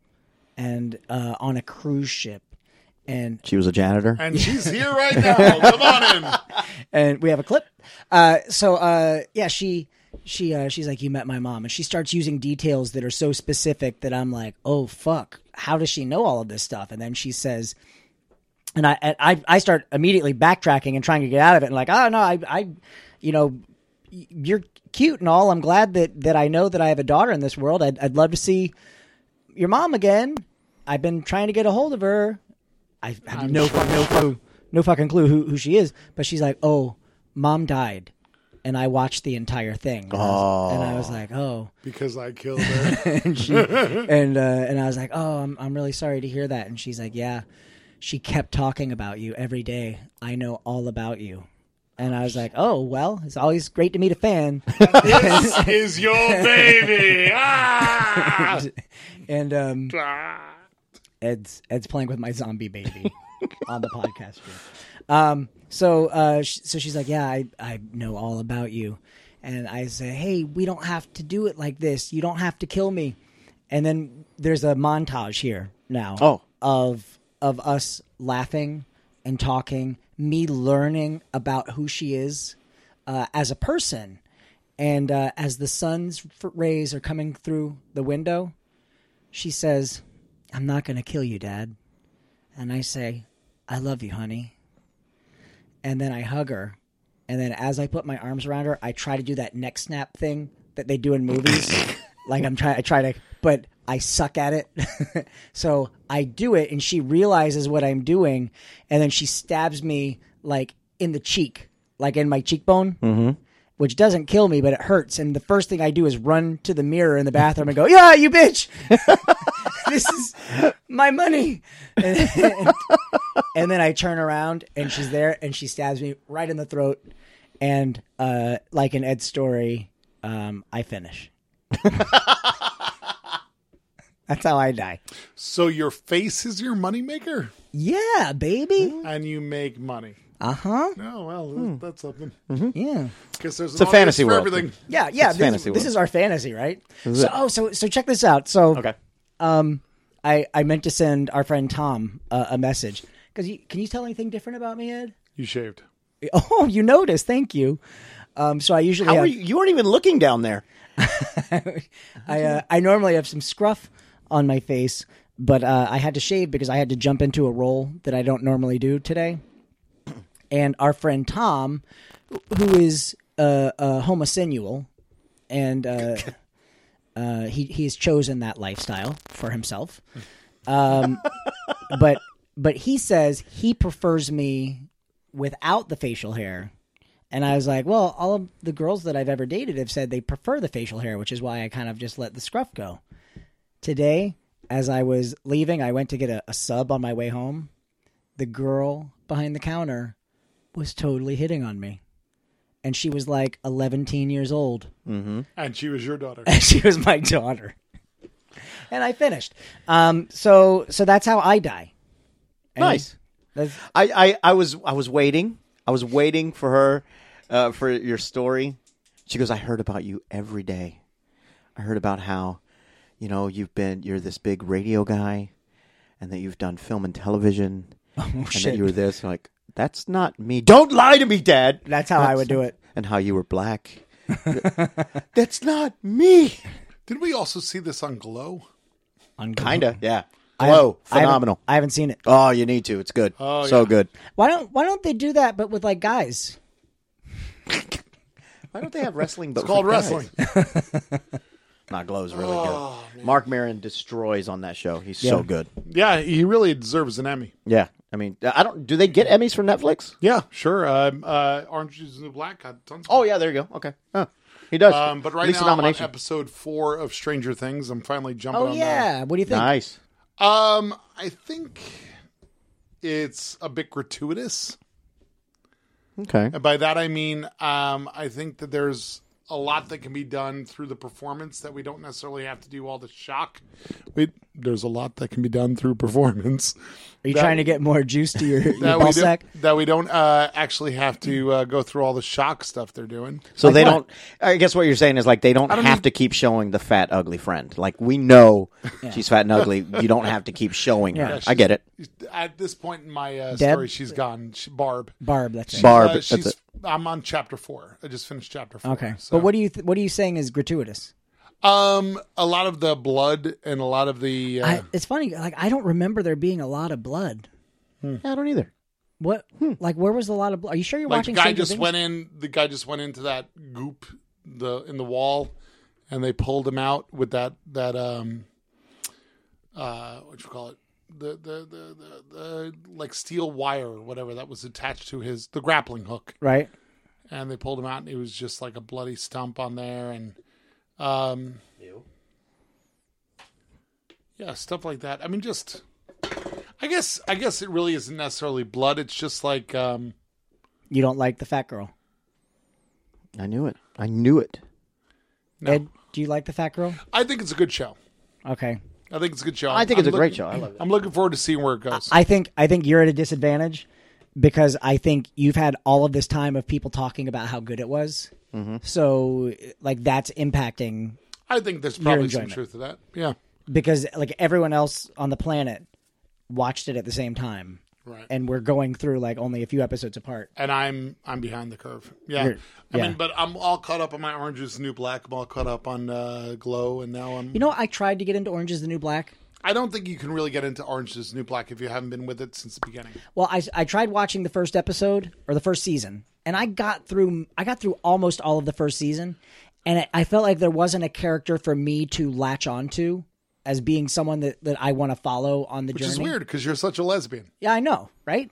Speaker 1: and uh, on a cruise ship, and
Speaker 2: She was a janitor.
Speaker 3: And she's here
Speaker 1: [laughs]
Speaker 3: right now. Come on in.
Speaker 1: and we have a clip. Uh, so uh, yeah, she she uh, she's like, you met my mom, and she starts using details that are so specific that I'm like, oh fuck, how does she know all of this stuff? And then she says. And I, and I I start immediately backtracking and trying to get out of it and like oh no I, I you know y- you're cute and all I'm glad that that I know that I have a daughter in this world I'd, I'd love to see your mom again I've been trying to get a hold of her I have no fucking no clue, no fucking clue who, who she is. But she's like, "Oh, mom died," and I watched the entire thing. And, I, was, and I was like, "Oh,"
Speaker 3: Because I
Speaker 1: [laughs]
Speaker 3: killed her.
Speaker 1: and she, and uh, and I was like, "Oh, I'm I'm really sorry to hear that." And she's like, "Yeah." She kept talking about you every day. I know all about you. And I was like, "Oh well, it's always great to meet a fan." [laughs]
Speaker 3: this is your baby. Ah!
Speaker 1: and um, Ed's Ed's playing with my zombie baby on the podcast. Here. Um, so uh, sh- so she's like, yeah, I I know all about you, and I say, hey, we don't have to do it like this. You don't have to kill me. And then there's a montage here now.
Speaker 2: Oh.
Speaker 1: of of us laughing and talking, me learning about who she is uh, as a person. And uh, as the sun's f- rays are coming through the window, she says, I'm not going to kill you, Dad. And I say, I love you, honey. And then I hug her. And then as I put my arms around her, I try to do that neck snap thing that they do in movies. like I'm trying, I try to, but I suck at it. [laughs] so I do it and she realizes what I'm doing. And then she stabs me like in the cheek, like in my cheekbone. Mm-hmm which doesn't kill me, but it hurts. And the first thing I do is run to the mirror in the bathroom and go, "Yeah, you bitch! this is my money." [laughs] And, and- and then I turn around and she's there, and she stabs me right in the throat. And uh, like in Ed's story, um, I finish. [laughs] That's how I die.
Speaker 3: So your face is your moneymaker,
Speaker 1: Yeah, baby.
Speaker 3: and you make money.
Speaker 1: Uh huh.
Speaker 3: Oh well, that's something.
Speaker 1: Yeah.
Speaker 3: Because there's
Speaker 2: Uh-huh. a
Speaker 3: an audience
Speaker 2: fantasy
Speaker 3: for
Speaker 2: world.
Speaker 3: everything.
Speaker 1: Yeah, yeah.
Speaker 2: It's
Speaker 1: This,
Speaker 2: fantasy
Speaker 1: this
Speaker 2: world.
Speaker 1: is our fantasy, right? so, oh, so so check this out. So,
Speaker 2: Okay.
Speaker 1: um, I I meant to send our friend Tom uh, a message because you, can you tell anything different about me, Ed?
Speaker 3: You shaved.
Speaker 1: Oh, [laughs] you noticed? Thank you. Um, so I usually
Speaker 2: How
Speaker 1: have,
Speaker 2: were you, you weren't even looking down there.
Speaker 1: [laughs] I uh, I normally have some scruff on my face, but uh, I had to shave because I had to jump into a role that I don't normally do today. And our friend Tom, who is uh, uh, homosensual, and uh, uh, he he has chosen that lifestyle for himself. Um, but but he says he prefers me without the facial hair And I was like, well, all of the girls that I've ever dated have said they prefer the facial hair, which is why I kind of just let the scruff go. Today, as I was leaving, I went to get a, a sub on my way home. The girl behind the counter was totally hitting on me. And she was like 11 teen years old. [laughs]
Speaker 3: And she was your
Speaker 2: [laughs]
Speaker 3: daughter.
Speaker 1: she was my daughter. And I finished. Um, so, so that's how I die. And
Speaker 2: Nice.
Speaker 1: that's-
Speaker 2: I, I, I was I was waiting. I was waiting for her uh, for your story. She goes, I heard about you every day. I heard about how, you know, you've been you're this big radio guy and that you've done film and television. and
Speaker 1: shit.
Speaker 2: that you were this I'm like, that's not me. Don't lie to me, Dad.
Speaker 1: That's how I would do it.
Speaker 2: And how you were black. that's not me.
Speaker 3: Didn't we also see this on Glow?
Speaker 2: Kinda, yeah.
Speaker 1: I
Speaker 2: Hello.
Speaker 1: haven't-
Speaker 2: Phenomenal.
Speaker 1: I haven't seen it.
Speaker 2: Oh, you need to. It's good.
Speaker 3: Oh,
Speaker 2: so
Speaker 3: yeah.
Speaker 2: good.
Speaker 1: Why don't Why don't they do that, but with like guys?
Speaker 2: Why don't they have wrestling? But
Speaker 3: It's called
Speaker 2: for guys?
Speaker 3: wrestling. [laughs]
Speaker 2: Not Glow's really
Speaker 3: Oh,
Speaker 2: good. Mark Maron destroys on that show. He's
Speaker 1: Yeah.
Speaker 2: so good.
Speaker 3: yeah, he really deserves an Emmy.
Speaker 2: Yeah. I mean, I don't. Do they get Emmys from Netflix?
Speaker 3: Yeah, sure. Um, uh, Orange is the New Black got tons.
Speaker 2: Oh yeah, there you go. Okay. Huh. He does.
Speaker 3: Um, but right
Speaker 2: At least
Speaker 3: now,
Speaker 2: a
Speaker 3: I'm on
Speaker 2: nomination.
Speaker 3: episode four of Stranger Things. I'm finally jumping
Speaker 1: Oh
Speaker 3: on
Speaker 1: yeah. What do you think?
Speaker 2: nice.
Speaker 3: that. Um, I think it's a bit gratuitous.
Speaker 2: Okay.
Speaker 3: And by that, I mean, um, I think that there's a lot that can be done through the performance that we don't necessarily have to do all the shock. We, there's a lot that can be done through performance.
Speaker 1: Are you trying to get more juice to your, your
Speaker 3: [laughs] That we,
Speaker 1: ball
Speaker 3: do,
Speaker 1: sack?
Speaker 3: that we don't uh, actually have to uh, go through all the shock stuff they're doing.
Speaker 2: So they
Speaker 1: what?
Speaker 2: don't. I guess what you're saying is like they don't, have to keep showing the fat ugly friend. Like we [laughs] know she's fat and ugly. You don't have to keep showing her. I get it.
Speaker 3: At this point in my uh,
Speaker 1: Deb?
Speaker 3: story, she's gone. She, Barb.
Speaker 1: Barb, that's it.
Speaker 2: Barb.
Speaker 3: Uh,
Speaker 2: that's
Speaker 3: she's,
Speaker 2: it.
Speaker 3: I'm on chapter four. I just finished chapter four.
Speaker 1: Okay.
Speaker 3: So.
Speaker 1: But what do you th- What are you saying is gratuitous?
Speaker 3: um, a lot of the blood and a lot of the. Uh,
Speaker 1: I, it's funny. Like I don't remember there being a lot of blood.
Speaker 2: Yeah, I don't either.
Speaker 1: What? Like where was the lot of blood? Are you sure you're
Speaker 3: Hmm. like the
Speaker 1: watching?
Speaker 3: guy
Speaker 1: Stranger
Speaker 3: just
Speaker 1: Things?
Speaker 3: went in. The guy just went into that goop the in the wall, and they pulled him out with that that um, uh, what you call it. The, the, the, the, the like steel wire or whatever that was attached to his the grappling hook
Speaker 1: right.
Speaker 3: and they pulled him out and it was just like a bloody stump on there and um yeah stuff like that i mean just i guess i guess it really isn't necessarily blood it's just like um
Speaker 1: You don't like the fat girl.
Speaker 2: I knew it. I knew it.
Speaker 3: No.
Speaker 1: Ed, do you like the fat girl?
Speaker 3: i think it's a good show
Speaker 1: Okay.
Speaker 3: i think it's a good show
Speaker 2: I think it's
Speaker 3: I'm
Speaker 2: a great
Speaker 3: looking-
Speaker 2: show. I love it.
Speaker 3: i'm looking forward to seeing where it goes
Speaker 1: I think I think you're at a disadvantage because I think you've had all of this time of people talking about how good it was. So like that's impacting
Speaker 3: i think there's probably some
Speaker 1: enjoyment.
Speaker 3: truth to that yeah
Speaker 1: because like everyone else on the planet watched it at the same time.
Speaker 3: Right.
Speaker 1: And we're going through like only a few episodes apart.
Speaker 3: and I'm I'm behind the curve. Yeah,
Speaker 1: You're-
Speaker 3: I
Speaker 1: yeah.
Speaker 3: mean, but I'm all caught up on my Orange is the New Black. I'm all caught up on uh, Glow, and now I'm
Speaker 1: You know, I tried to get into Orange is the New Black.
Speaker 3: I don't think you can really get into Orange is the New Black if you haven't been with it since the beginning.
Speaker 1: Well, I I tried watching the first episode or the first season, and I got through I got through almost all of the first season, and I, I felt like there wasn't a character for me to latch onto as being someone that, that I want to follow on the
Speaker 3: Which
Speaker 1: journey.
Speaker 3: is weird because you're such a lesbian.
Speaker 1: Yeah, I know, right?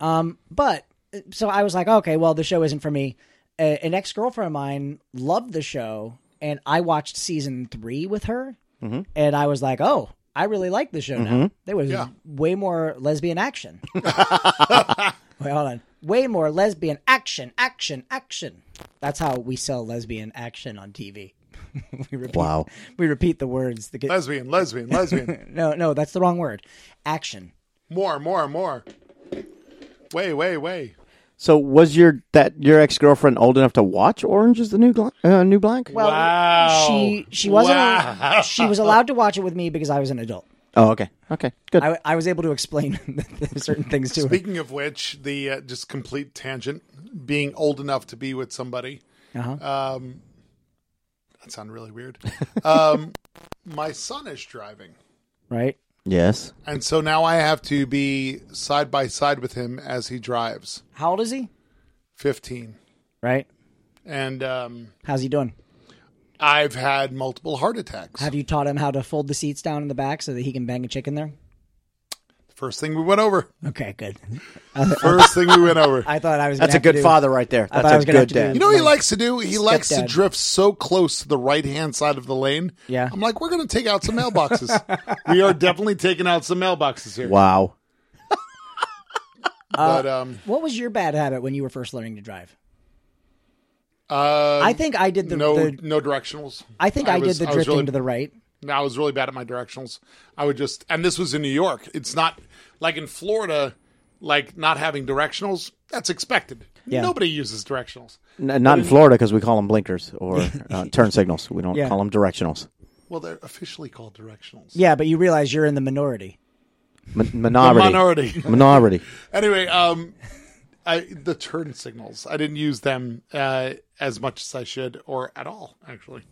Speaker 1: Um, but so I was like, okay, well, the show isn't for me. A, an ex girlfriend of mine loved the show, and I watched season three with her, and I was like, oh, I really like the show now. There was
Speaker 3: Yeah.
Speaker 1: way more lesbian action. Wait, hold on. Way more lesbian action, action, action. That's how we sell lesbian action on TV. [laughs] we repeat,
Speaker 2: Wow.
Speaker 1: We repeat the words. That get,
Speaker 3: Lesbian, lesbian,
Speaker 1: [laughs]
Speaker 3: lesbian.
Speaker 1: no, no, that's the wrong word. Action.
Speaker 3: more, more, more. Way, way, way.
Speaker 2: So was your that your ex girlfriend old enough to watch Orange is the New Gla- uh, New Black?
Speaker 1: Well,
Speaker 3: Wow.
Speaker 1: she she wasn't
Speaker 3: Oh, Wow.
Speaker 1: she was allowed to watch it with me because I was an adult.
Speaker 2: oh, okay, okay, good.
Speaker 1: I, I was able to explain [laughs] certain things [laughs] to her.
Speaker 3: Speaking of which, the uh, just complete tangent. Being old enough to be with somebody. um,
Speaker 1: Uh-huh.
Speaker 3: That sounded really weird. [laughs] Um, my son is driving,
Speaker 1: right?
Speaker 2: yes,
Speaker 3: and so now I have to be side by side with him as he drives.
Speaker 1: How old is he?
Speaker 3: Fifteen,
Speaker 1: Right?
Speaker 3: and um,
Speaker 1: How's he doing?
Speaker 3: I've had multiple heart attacks.
Speaker 1: Have you taught him how to fold the seats down in the back so that he can bang a chicken there?
Speaker 3: First thing we went over. [laughs]
Speaker 1: Okay, good.
Speaker 3: First thing we went over.
Speaker 1: I thought I was. gonna
Speaker 2: That's a
Speaker 1: have to
Speaker 2: good
Speaker 1: do-
Speaker 2: father right there.
Speaker 1: thought I
Speaker 2: That's
Speaker 1: was
Speaker 2: a
Speaker 1: gonna have to
Speaker 2: good
Speaker 1: do-
Speaker 2: dad.
Speaker 3: You know what he likes to do? He likes to
Speaker 1: Stepdad.
Speaker 3: drift so close to the right hand side of the lane.
Speaker 1: Yeah.
Speaker 3: I'm like, we're going to take out some mailboxes. [laughs] we are definitely taking out some mailboxes
Speaker 2: [laughs]
Speaker 3: here.
Speaker 2: wow.
Speaker 3: But um,
Speaker 1: What was your bad habit when you were first learning to drive?
Speaker 3: uh,
Speaker 1: I think I did the.
Speaker 3: no,
Speaker 1: the
Speaker 3: no directionals.
Speaker 1: I think I,
Speaker 3: was-
Speaker 1: did the
Speaker 3: was
Speaker 1: drifting
Speaker 3: really-
Speaker 1: to the right.
Speaker 3: No, I was really bad at my directionals. I would just, and this was in New York. It's not like in Florida, like not having directionals. That's expected.
Speaker 1: Yeah.
Speaker 3: Nobody uses directionals.
Speaker 2: N- not in Florida because we call them blinkers or [laughs] uh, turn signals. We don't
Speaker 1: Yeah.
Speaker 2: call them directionals.
Speaker 3: Well, they're officially called directionals.
Speaker 1: Yeah, but you realize you're in the minority.
Speaker 2: Min- minority.
Speaker 1: [laughs]
Speaker 3: minority.
Speaker 2: Minority.
Speaker 3: Anyway, um, I the turn signals. I didn't use them uh, as much as I should, or at all, actually.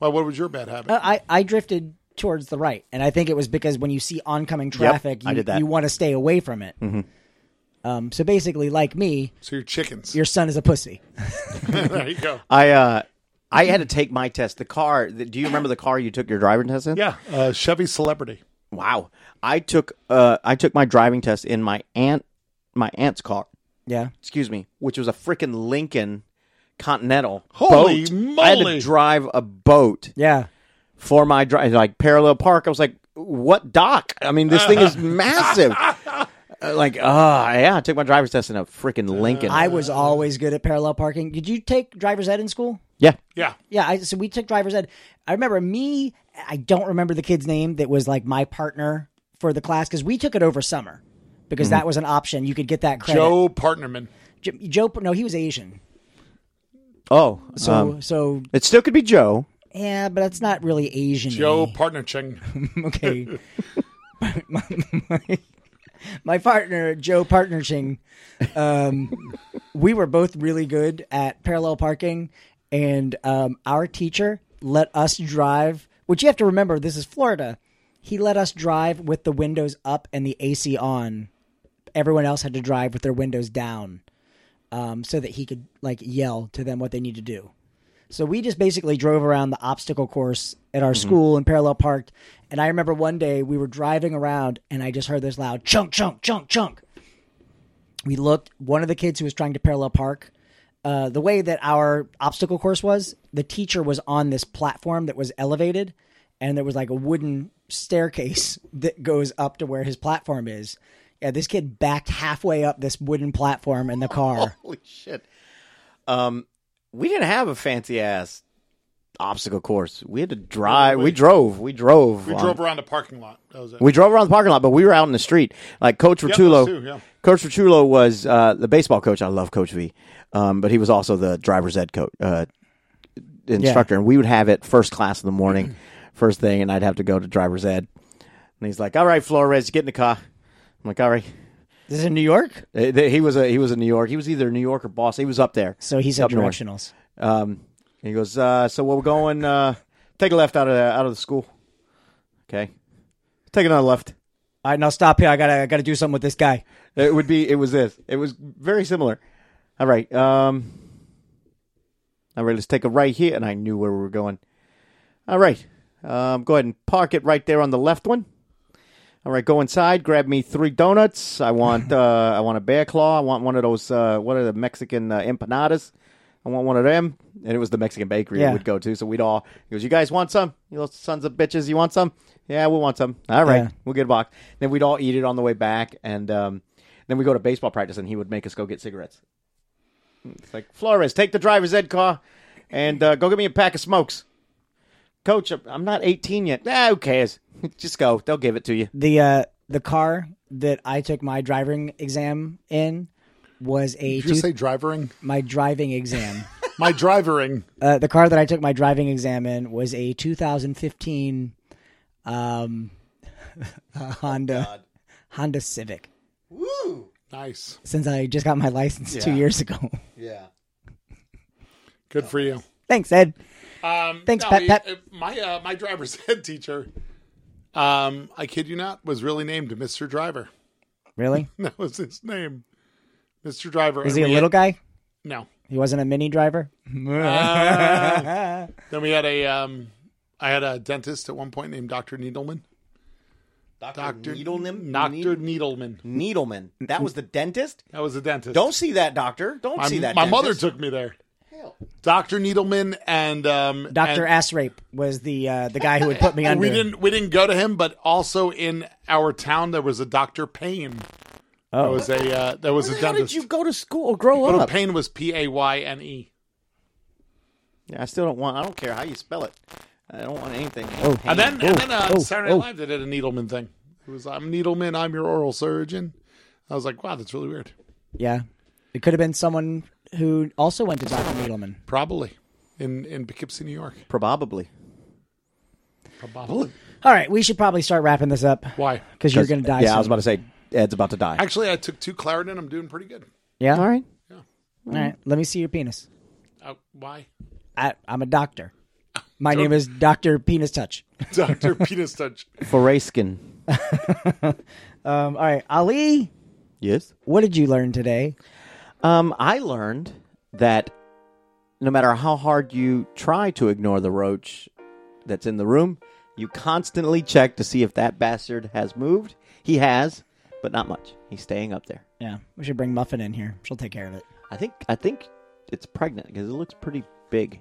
Speaker 3: Well, what was your bad habit?
Speaker 1: Uh, I, I drifted towards the right, and I think it was because when you see oncoming traffic,
Speaker 2: I
Speaker 1: you,
Speaker 2: did that.
Speaker 1: you want to stay away from it. Um, so basically, like me,
Speaker 3: so your chickens.
Speaker 1: your son is a pussy.
Speaker 3: [laughs] there you go.
Speaker 2: [laughs] I uh, I [laughs] had to take my test. The car. The, do you remember the car you took your driving test in?
Speaker 3: Yeah, uh, Chevy celebrity.
Speaker 2: Wow. I took uh, I took my driving test in my aunt my aunt's car.
Speaker 1: Yeah,
Speaker 2: Excuse me, which was a freaking Lincoln Continental.
Speaker 3: Holy
Speaker 2: boat. I had
Speaker 3: moly.
Speaker 2: to drive a boat
Speaker 1: yeah.
Speaker 2: for my drive, like parallel park. I was like, what dock? I mean, this [laughs] thing is massive. Uh, like, ah, yeah. I took my driver's test in a freaking Lincoln.
Speaker 1: I was always good at parallel parking. Did you take driver's ed in school?
Speaker 2: yeah.
Speaker 3: Yeah.
Speaker 1: Yeah, I, so we took driver's ed. I remember me. I don't remember the kid's name that was like my partner for the class because we took it over summer because that was an option. You could get that credit.
Speaker 3: Joe Partnerman.
Speaker 1: J- Joe no, he was Asian.
Speaker 2: Oh,
Speaker 1: So
Speaker 2: um,
Speaker 1: so
Speaker 2: it still could be Joe.
Speaker 1: yeah, but that's not really Asian.
Speaker 3: Joe Partnerching.
Speaker 1: [laughs] okay. my, my- my partner Joe Partnerching, um, we were both really good at parallel parking, and um, our teacher let us drive. Which you have to remember, this is Florida. He let us drive with the windows up and the AC on. Everyone else had to drive with their windows down, um, so that he could like yell to them what they need to do. So we just basically drove around the obstacle course at our school and parallel parked. And I remember one day we were driving around and I just heard this loud chunk, chunk, chunk, chunk. We looked, one of the kids who was trying to parallel park, uh, the way that our obstacle course was, the teacher was on this platform that was elevated and there was like a wooden staircase [laughs] that goes up to where his platform is. Yeah, this kid backed halfway up this wooden platform in the car.
Speaker 2: Holy shit. Um, we didn't have a fancy ass obstacle course. We had to drive. We drove. We drove.
Speaker 3: We drove around a parking lot. That was it.
Speaker 2: We drove around the parking lot, but we were out in the street. Like Coach Rotulo,
Speaker 3: us too, yeah.
Speaker 2: Coach Rotulo was uh, the baseball coach. I love Coach V, um, but he was also the driver's ed coach uh, instructor. And we would have it first class in the morning, [clears throat] first thing, and I'd have to go to driver's ed. And he's like, "All right, Flores, get in the car." I'm like, "All right."
Speaker 1: [laughs] This is in New York?
Speaker 2: Eh, th- He was a, he was in New York. He was either in New York or Boston. He was up there.
Speaker 1: So he said
Speaker 2: up north.
Speaker 1: directionals.
Speaker 2: Um, and he goes, uh, "So we're going uh, take a left out of the, out of the school." Okay, take another left.
Speaker 1: All right, now stop here. I gotta, I gotta do something with this guy.
Speaker 2: It would be. It was this. It was very similar. All right. Um. All right. Let's take a right here, and I knew where we were going. All right. Um. Go ahead and park it right there on the left one. All right. Go inside. Grab me three donuts. I want. Uh. I want a bear claw. I want one of those. Uh. What are the Mexican uh, empanadas? I want one of them. And it was the Mexican bakery
Speaker 1: Yeah.
Speaker 2: we would go to. So we'd all. He goes. You guys want some? You little sons of bitches. You want some? Yeah, we want some. All right.
Speaker 1: Yeah.
Speaker 2: We'll get a box. Then we'd all eat it on the way back, and um, then we go to baseball practice, and he would make us go get cigarettes. It's like Flores, take the driver's ed car, and uh, go get me a pack of smokes. Coach, I'm- I'm not 18 yet. Ah, who cares? [laughs] Just go. They'll give it to you.
Speaker 1: The uh, the car that I took my driving exam in was a
Speaker 3: Did
Speaker 1: two-
Speaker 3: you say drivering?
Speaker 1: my driving exam. [laughs]
Speaker 3: My drivering.
Speaker 1: uh, the car that I took my driving exam in was a 2015 um, [laughs] uh,
Speaker 3: Oh,
Speaker 1: Honda Honda Civic.
Speaker 2: Woo!
Speaker 3: Nice.
Speaker 1: Since I just got my license two
Speaker 2: Yeah.
Speaker 1: years ago. [laughs]
Speaker 2: Yeah.
Speaker 3: Good for you.
Speaker 1: Thanks, Ed.
Speaker 3: Um,
Speaker 1: Thanks, Pep, Pep.
Speaker 3: uh, My uh, my driver's [laughs] head teacher, um, I kid you not, was really named Mr. Driver. [laughs]
Speaker 1: Really?
Speaker 3: That was his name, Mr. Driver.
Speaker 1: Is
Speaker 3: And
Speaker 1: he a
Speaker 3: we
Speaker 1: little guy?
Speaker 3: Had, no.
Speaker 1: He wasn't a mini driver.
Speaker 3: Then we had a. Um, I had a dentist at one point named Doctor Needleman.
Speaker 2: Doctor
Speaker 3: Doctor
Speaker 2: Needlenim,
Speaker 3: Doctor Needleman.
Speaker 2: Needleman. That was the dentist.
Speaker 3: That was a dentist.
Speaker 2: Don't see that doctor. Don't
Speaker 3: my,
Speaker 2: see that.
Speaker 3: my
Speaker 2: dentist.
Speaker 3: mother took me there.
Speaker 2: Hell.
Speaker 3: Doctor Needleman and um,
Speaker 1: Doctor
Speaker 3: and
Speaker 1: Ass Rape was the uh, the guy who would put me under.
Speaker 3: [laughs] we didn't we didn't go to him, but also in our town there was a Doctor Payne. Oh, there was a uh, there was
Speaker 2: Where
Speaker 3: a
Speaker 2: the hell did
Speaker 3: dentist.
Speaker 2: you go to school or grow
Speaker 3: But
Speaker 2: up?
Speaker 3: Payne was P A Y N E.
Speaker 2: Yeah, I still don't want. I don't care how you spell it. I don't want anything.
Speaker 3: And then, and then uh,
Speaker 1: oh,
Speaker 3: Saturday Night
Speaker 1: oh.
Speaker 3: Live they did a Needleman thing. It was I'm Needleman, I'm your oral surgeon. I was like, wow, that's really weird.
Speaker 1: Yeah, it could have been someone who also went to Doctor Needleman.
Speaker 3: Probably in in Poughkeepsie, New York.
Speaker 2: probably.
Speaker 3: Probably.
Speaker 1: All right, we should probably start wrapping this up
Speaker 3: Why?
Speaker 1: because you're going to die.
Speaker 2: Yeah,
Speaker 1: soon.
Speaker 2: I was about to say Ed's about to die.
Speaker 3: Actually, I took two Claritin. I'm doing pretty good.
Speaker 1: yeah.
Speaker 2: All right.
Speaker 1: All right. Let me see your penis.
Speaker 3: Uh, why? [laughs]
Speaker 1: I, I'm a doctor. My name is Doctor Penis Touch.
Speaker 3: Doctor Penis Touch.
Speaker 2: Foraskin.
Speaker 1: Um, all right, Ali,
Speaker 2: Yes.
Speaker 1: what did you learn today?
Speaker 2: Um, I learned that no matter how hard you try to ignore the roach that's in the room, you constantly check to see if that bastard has moved. He has, but not much. He's staying up there.
Speaker 1: Yeah, we should bring Muffin in here. She'll take care of it.
Speaker 2: I think. I think it's pregnant because it looks pretty big.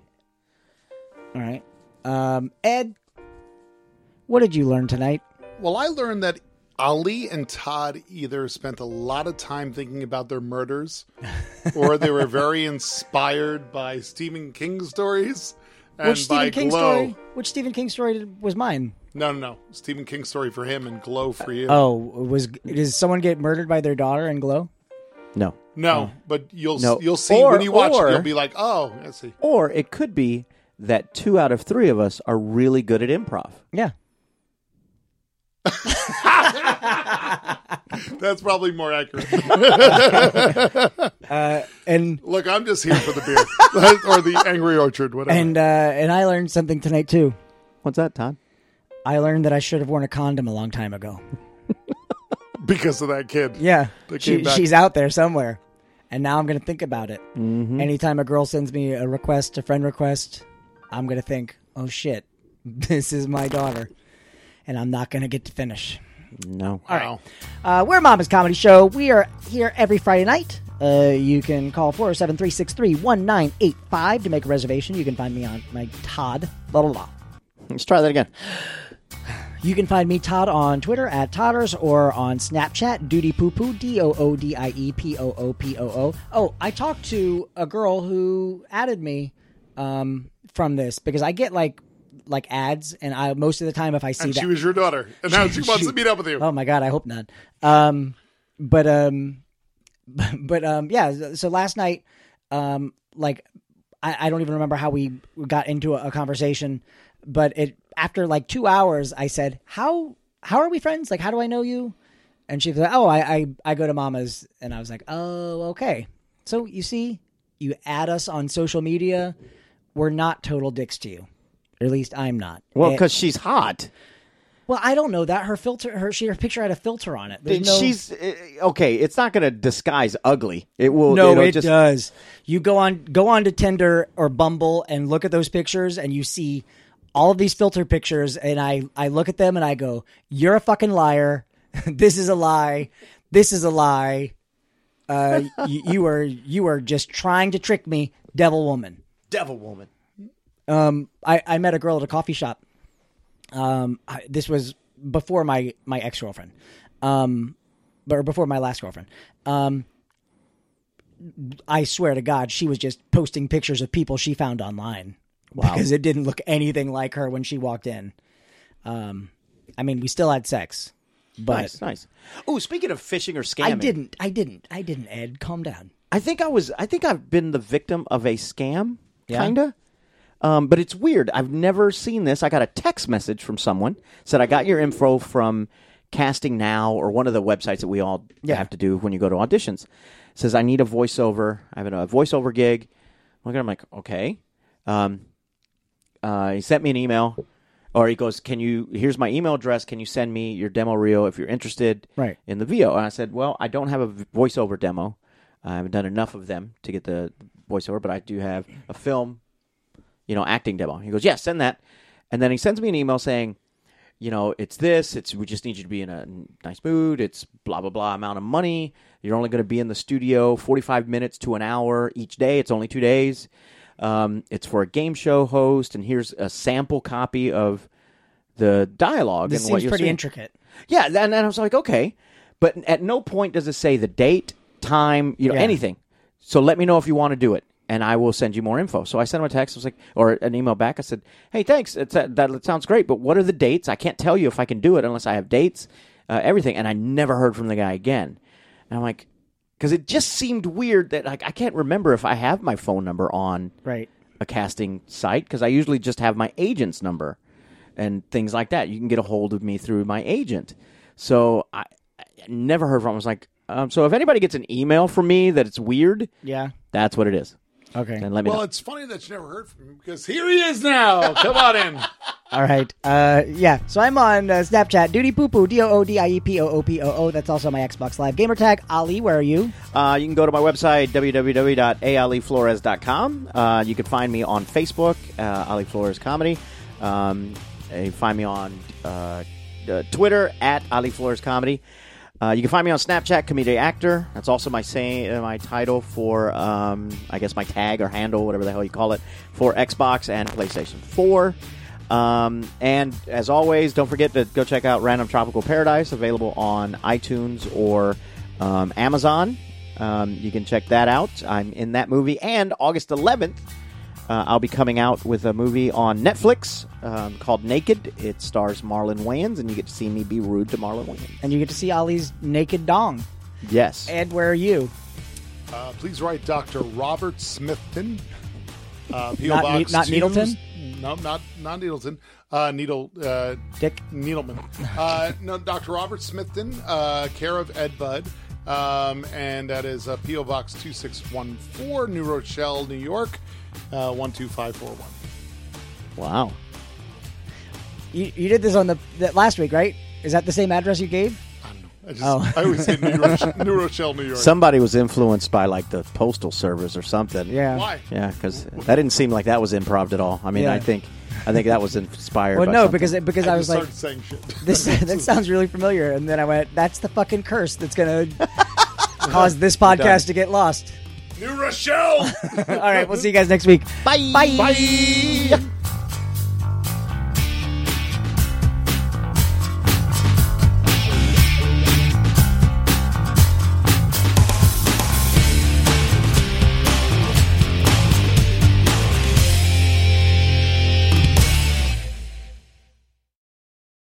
Speaker 1: All right. Um, Ed, what did you learn tonight?
Speaker 3: Well, I learned that Ali and Todd either spent a lot of time thinking about their murders or they were very inspired by Stephen King stories and
Speaker 1: Which
Speaker 3: by
Speaker 1: Stephen King
Speaker 3: Glow.
Speaker 1: story? Which Stephen King story did, was mine?
Speaker 3: No, no, no. Stephen King story for him and Glow for you.
Speaker 1: Oh, was does someone get murdered by their daughter in Glow?
Speaker 2: No.
Speaker 3: no,
Speaker 1: Hmm.
Speaker 3: but you'll
Speaker 2: No.
Speaker 3: you'll see
Speaker 2: Or-
Speaker 3: when you watch
Speaker 2: or-
Speaker 3: it, you'll be like, oh, I see.
Speaker 2: Or it could be that two out of three of us are really good at improv.
Speaker 1: Yeah.
Speaker 3: That's probably more accurate. [laughs]
Speaker 1: And
Speaker 3: Look, I'm just here for the beer [laughs] or the Angry Orchard, whatever.
Speaker 1: and uh, and I learned something tonight too.
Speaker 2: What's that, Todd?
Speaker 1: I learned that I should have worn a condom a long time ago.
Speaker 3: because of that kid.
Speaker 1: Yeah,
Speaker 3: They
Speaker 1: she,
Speaker 3: came back.
Speaker 1: she's out there somewhere, and now I'm going to think about it. Anytime a girl sends me a request, a friend request, I'm going to think, "Oh shit, [laughs] this is my daughter," and I'm not going to get to finish.
Speaker 2: No. [laughs]
Speaker 3: Wow.
Speaker 1: Uh, we're Mama's Comedy Show. We are here every Friday night. Uh, you can call 407 363 1985 to make a reservation. You can find me on my Todd, blah, blah, blah.
Speaker 2: Let's try that again.
Speaker 1: You can find me, Todd, on Twitter at Todders or on Snapchat, Duty Poo Poo, D O O D I E P O O P O O. Oh, I talked to a girl who added me um, from this because I get like like ads, and I most of the time if I see
Speaker 3: And
Speaker 1: that,
Speaker 3: she was your daughter. And
Speaker 1: [laughs]
Speaker 3: now she wants to meet up with you.
Speaker 1: Oh my god, I hope not. Um, but um, [laughs] but um, yeah. So last night, um, like I, I don't even remember how we got into a, a conversation, but it after like two hours, I said, "How how are we friends? Like, how do I know you?" And she was like, "Oh, I I, I go to Mama's," and I was like, "Oh, okay." So you see, you add us on social media, we're not total dicks to you. Or at least I'm not.
Speaker 2: Well,
Speaker 1: Eh,
Speaker 2: because she's hot.
Speaker 1: well, I don't know that her filter, her she her picture had a filter on it. There's
Speaker 2: It-
Speaker 1: no,
Speaker 2: She's uh, okay. It's not going to disguise ugly. It will.
Speaker 1: no,
Speaker 2: it'll
Speaker 1: it
Speaker 2: just,
Speaker 1: does. You go on go on to Tinder or Bumble and look at those pictures, and you see all of these filter pictures, and I I look at them and I go, "You're a fucking liar. [laughs] this is a lie. This is a lie. Uh, [laughs] you, you are you are just trying to trick me, devil woman."
Speaker 2: Devil woman.
Speaker 1: um, I, I met a girl at a coffee shop. Um, I, this was before my, my ex girlfriend, um, but or before my last girlfriend. Um, I swear to God, she was just posting pictures of people she found online because it didn't look anything like her when she walked in. Um, I mean, we still had sex, but
Speaker 2: Nice, nice. Oh, speaking of phishing or scamming,
Speaker 1: I didn't, I didn't, I didn't. Ed, calm down.
Speaker 2: I think I was. I think I've been the victim of a scam, kinda. Um, but it's weird. I've never seen this. I got a text message from someone said I got your info from Casting Now or one of the websites that we all have to do when you go to auditions. says I need a voiceover. I have a voiceover gig. Look at him like okay. Um, uh, he sent me an email, or he goes, "Can you? Here's my email address. Can you send me your demo reel if you're interested
Speaker 1: Right.
Speaker 2: in the VO?" And I said, "Well, I don't have a v- voiceover demo. I haven't done enough of them to get the voiceover, but I do have a film, you know, acting demo." He goes, "Yeah, send that." And then he sends me an email saying, you know, it's this, it's we just need you to be in a nice mood, it's blah blah blah amount of money. You're only going to be in the studio 45 minutes to an hour each day. It's only 2 days. Um, it's for a game show host and here's a sample copy of the dialogue
Speaker 1: This
Speaker 2: and what
Speaker 1: seems
Speaker 2: you'll
Speaker 1: pretty
Speaker 2: see.
Speaker 1: intricate.
Speaker 2: Yeah, and, and I was like, okay, but at no point does it say the date, time, you know,
Speaker 1: Yeah.
Speaker 2: anything. So let me know if you want to do it, and I will send you more info. So I sent him a text. I was like, or an email back. I said, hey, thanks. It's, uh, that, that sounds great, but what are the dates? I can't tell you if I can do it unless I have dates, uh, everything. And I never heard from the guy again. And I'm like, because it just seemed weird that like I can't remember if I have my phone number on
Speaker 1: Right.
Speaker 2: a casting site because I usually just have my agent's number and things like that. You can get a hold of me through my agent. So I, I never heard from. Him. I was like, um, so if anybody gets an email from me that it's weird,
Speaker 1: Yeah.
Speaker 2: that's what it is.
Speaker 1: Okay.
Speaker 2: And let me
Speaker 3: Well,
Speaker 2: know.
Speaker 3: it's funny that you never heard from him because here he is now. Come
Speaker 1: [laughs]
Speaker 3: on in.
Speaker 1: All right. Uh, yeah. So I'm on uh, Snapchat. Duty poo poo. D o o d i e p o o p o o. That's also my Xbox Live gamer tag. Ali, where are you?
Speaker 2: Uh, you can go to my website, E www.aleflores.com. Uh, you can find me on Facebook, uh, Ali Flores Comedy. Um, and you can find me on uh, uh, Twitter, at Ali Flores Comedy. Uh, you can find me on Snapchat, comedian actor. That's also my say, uh, my title for, um, I guess, my tag or handle, whatever the hell you call it, for Xbox and PlayStation 4. Um, and as always, don't forget to go check out Random Tropical Paradise, available on iTunes or um, Amazon. Um, you can check that out. I'm in that movie. And August 11th, uh, I'll be coming out with a movie on Netflix um, called Naked. It stars Marlon Wayans, and you get to see me be rude to Marlon Wayans.
Speaker 1: And you get to see Ali's naked dong.
Speaker 2: Yes.
Speaker 1: Ed, where are you?
Speaker 3: Uh, please write Dr. Robert Smithton. Uh, P.O.
Speaker 1: Not
Speaker 3: Box
Speaker 1: Ne- not
Speaker 3: 2.
Speaker 1: Needleton?
Speaker 3: No, not not Needleton. Uh, Needle uh,
Speaker 1: Dick. [laughs]
Speaker 3: Needleman. Uh, no, Dr. Robert Smithton, uh, care of Ed Budd, um, and that is uh, P.O. Box two six one four, New Rochelle, New York, uh, one two five four one.
Speaker 2: Wow.
Speaker 1: You, you did this on the that last week, right? Is that the same address you gave?
Speaker 3: I don't know. I just
Speaker 1: Oh.
Speaker 3: I always say New,
Speaker 1: [laughs]
Speaker 3: Roche- New Rochelle, New York.
Speaker 2: Somebody was influenced by like the postal service or something.
Speaker 1: Yeah.
Speaker 3: Why?
Speaker 2: Yeah, because that didn't seem like that was improv at all. I mean,
Speaker 1: Yeah.
Speaker 2: I think, I think that was inspired.
Speaker 1: Well,
Speaker 2: by
Speaker 1: no,
Speaker 2: something.
Speaker 1: because it, because
Speaker 3: I,
Speaker 1: I, was
Speaker 3: just
Speaker 1: like,
Speaker 3: started saying shit.
Speaker 1: [laughs] this that sounds really familiar, and then I went, that's the fucking curse that's
Speaker 3: [laughs]
Speaker 1: gonna cause this podcast to get lost.
Speaker 3: [laughs] New Rochelle.
Speaker 1: All right, we'll see you guys next week.
Speaker 2: Bye. Bye.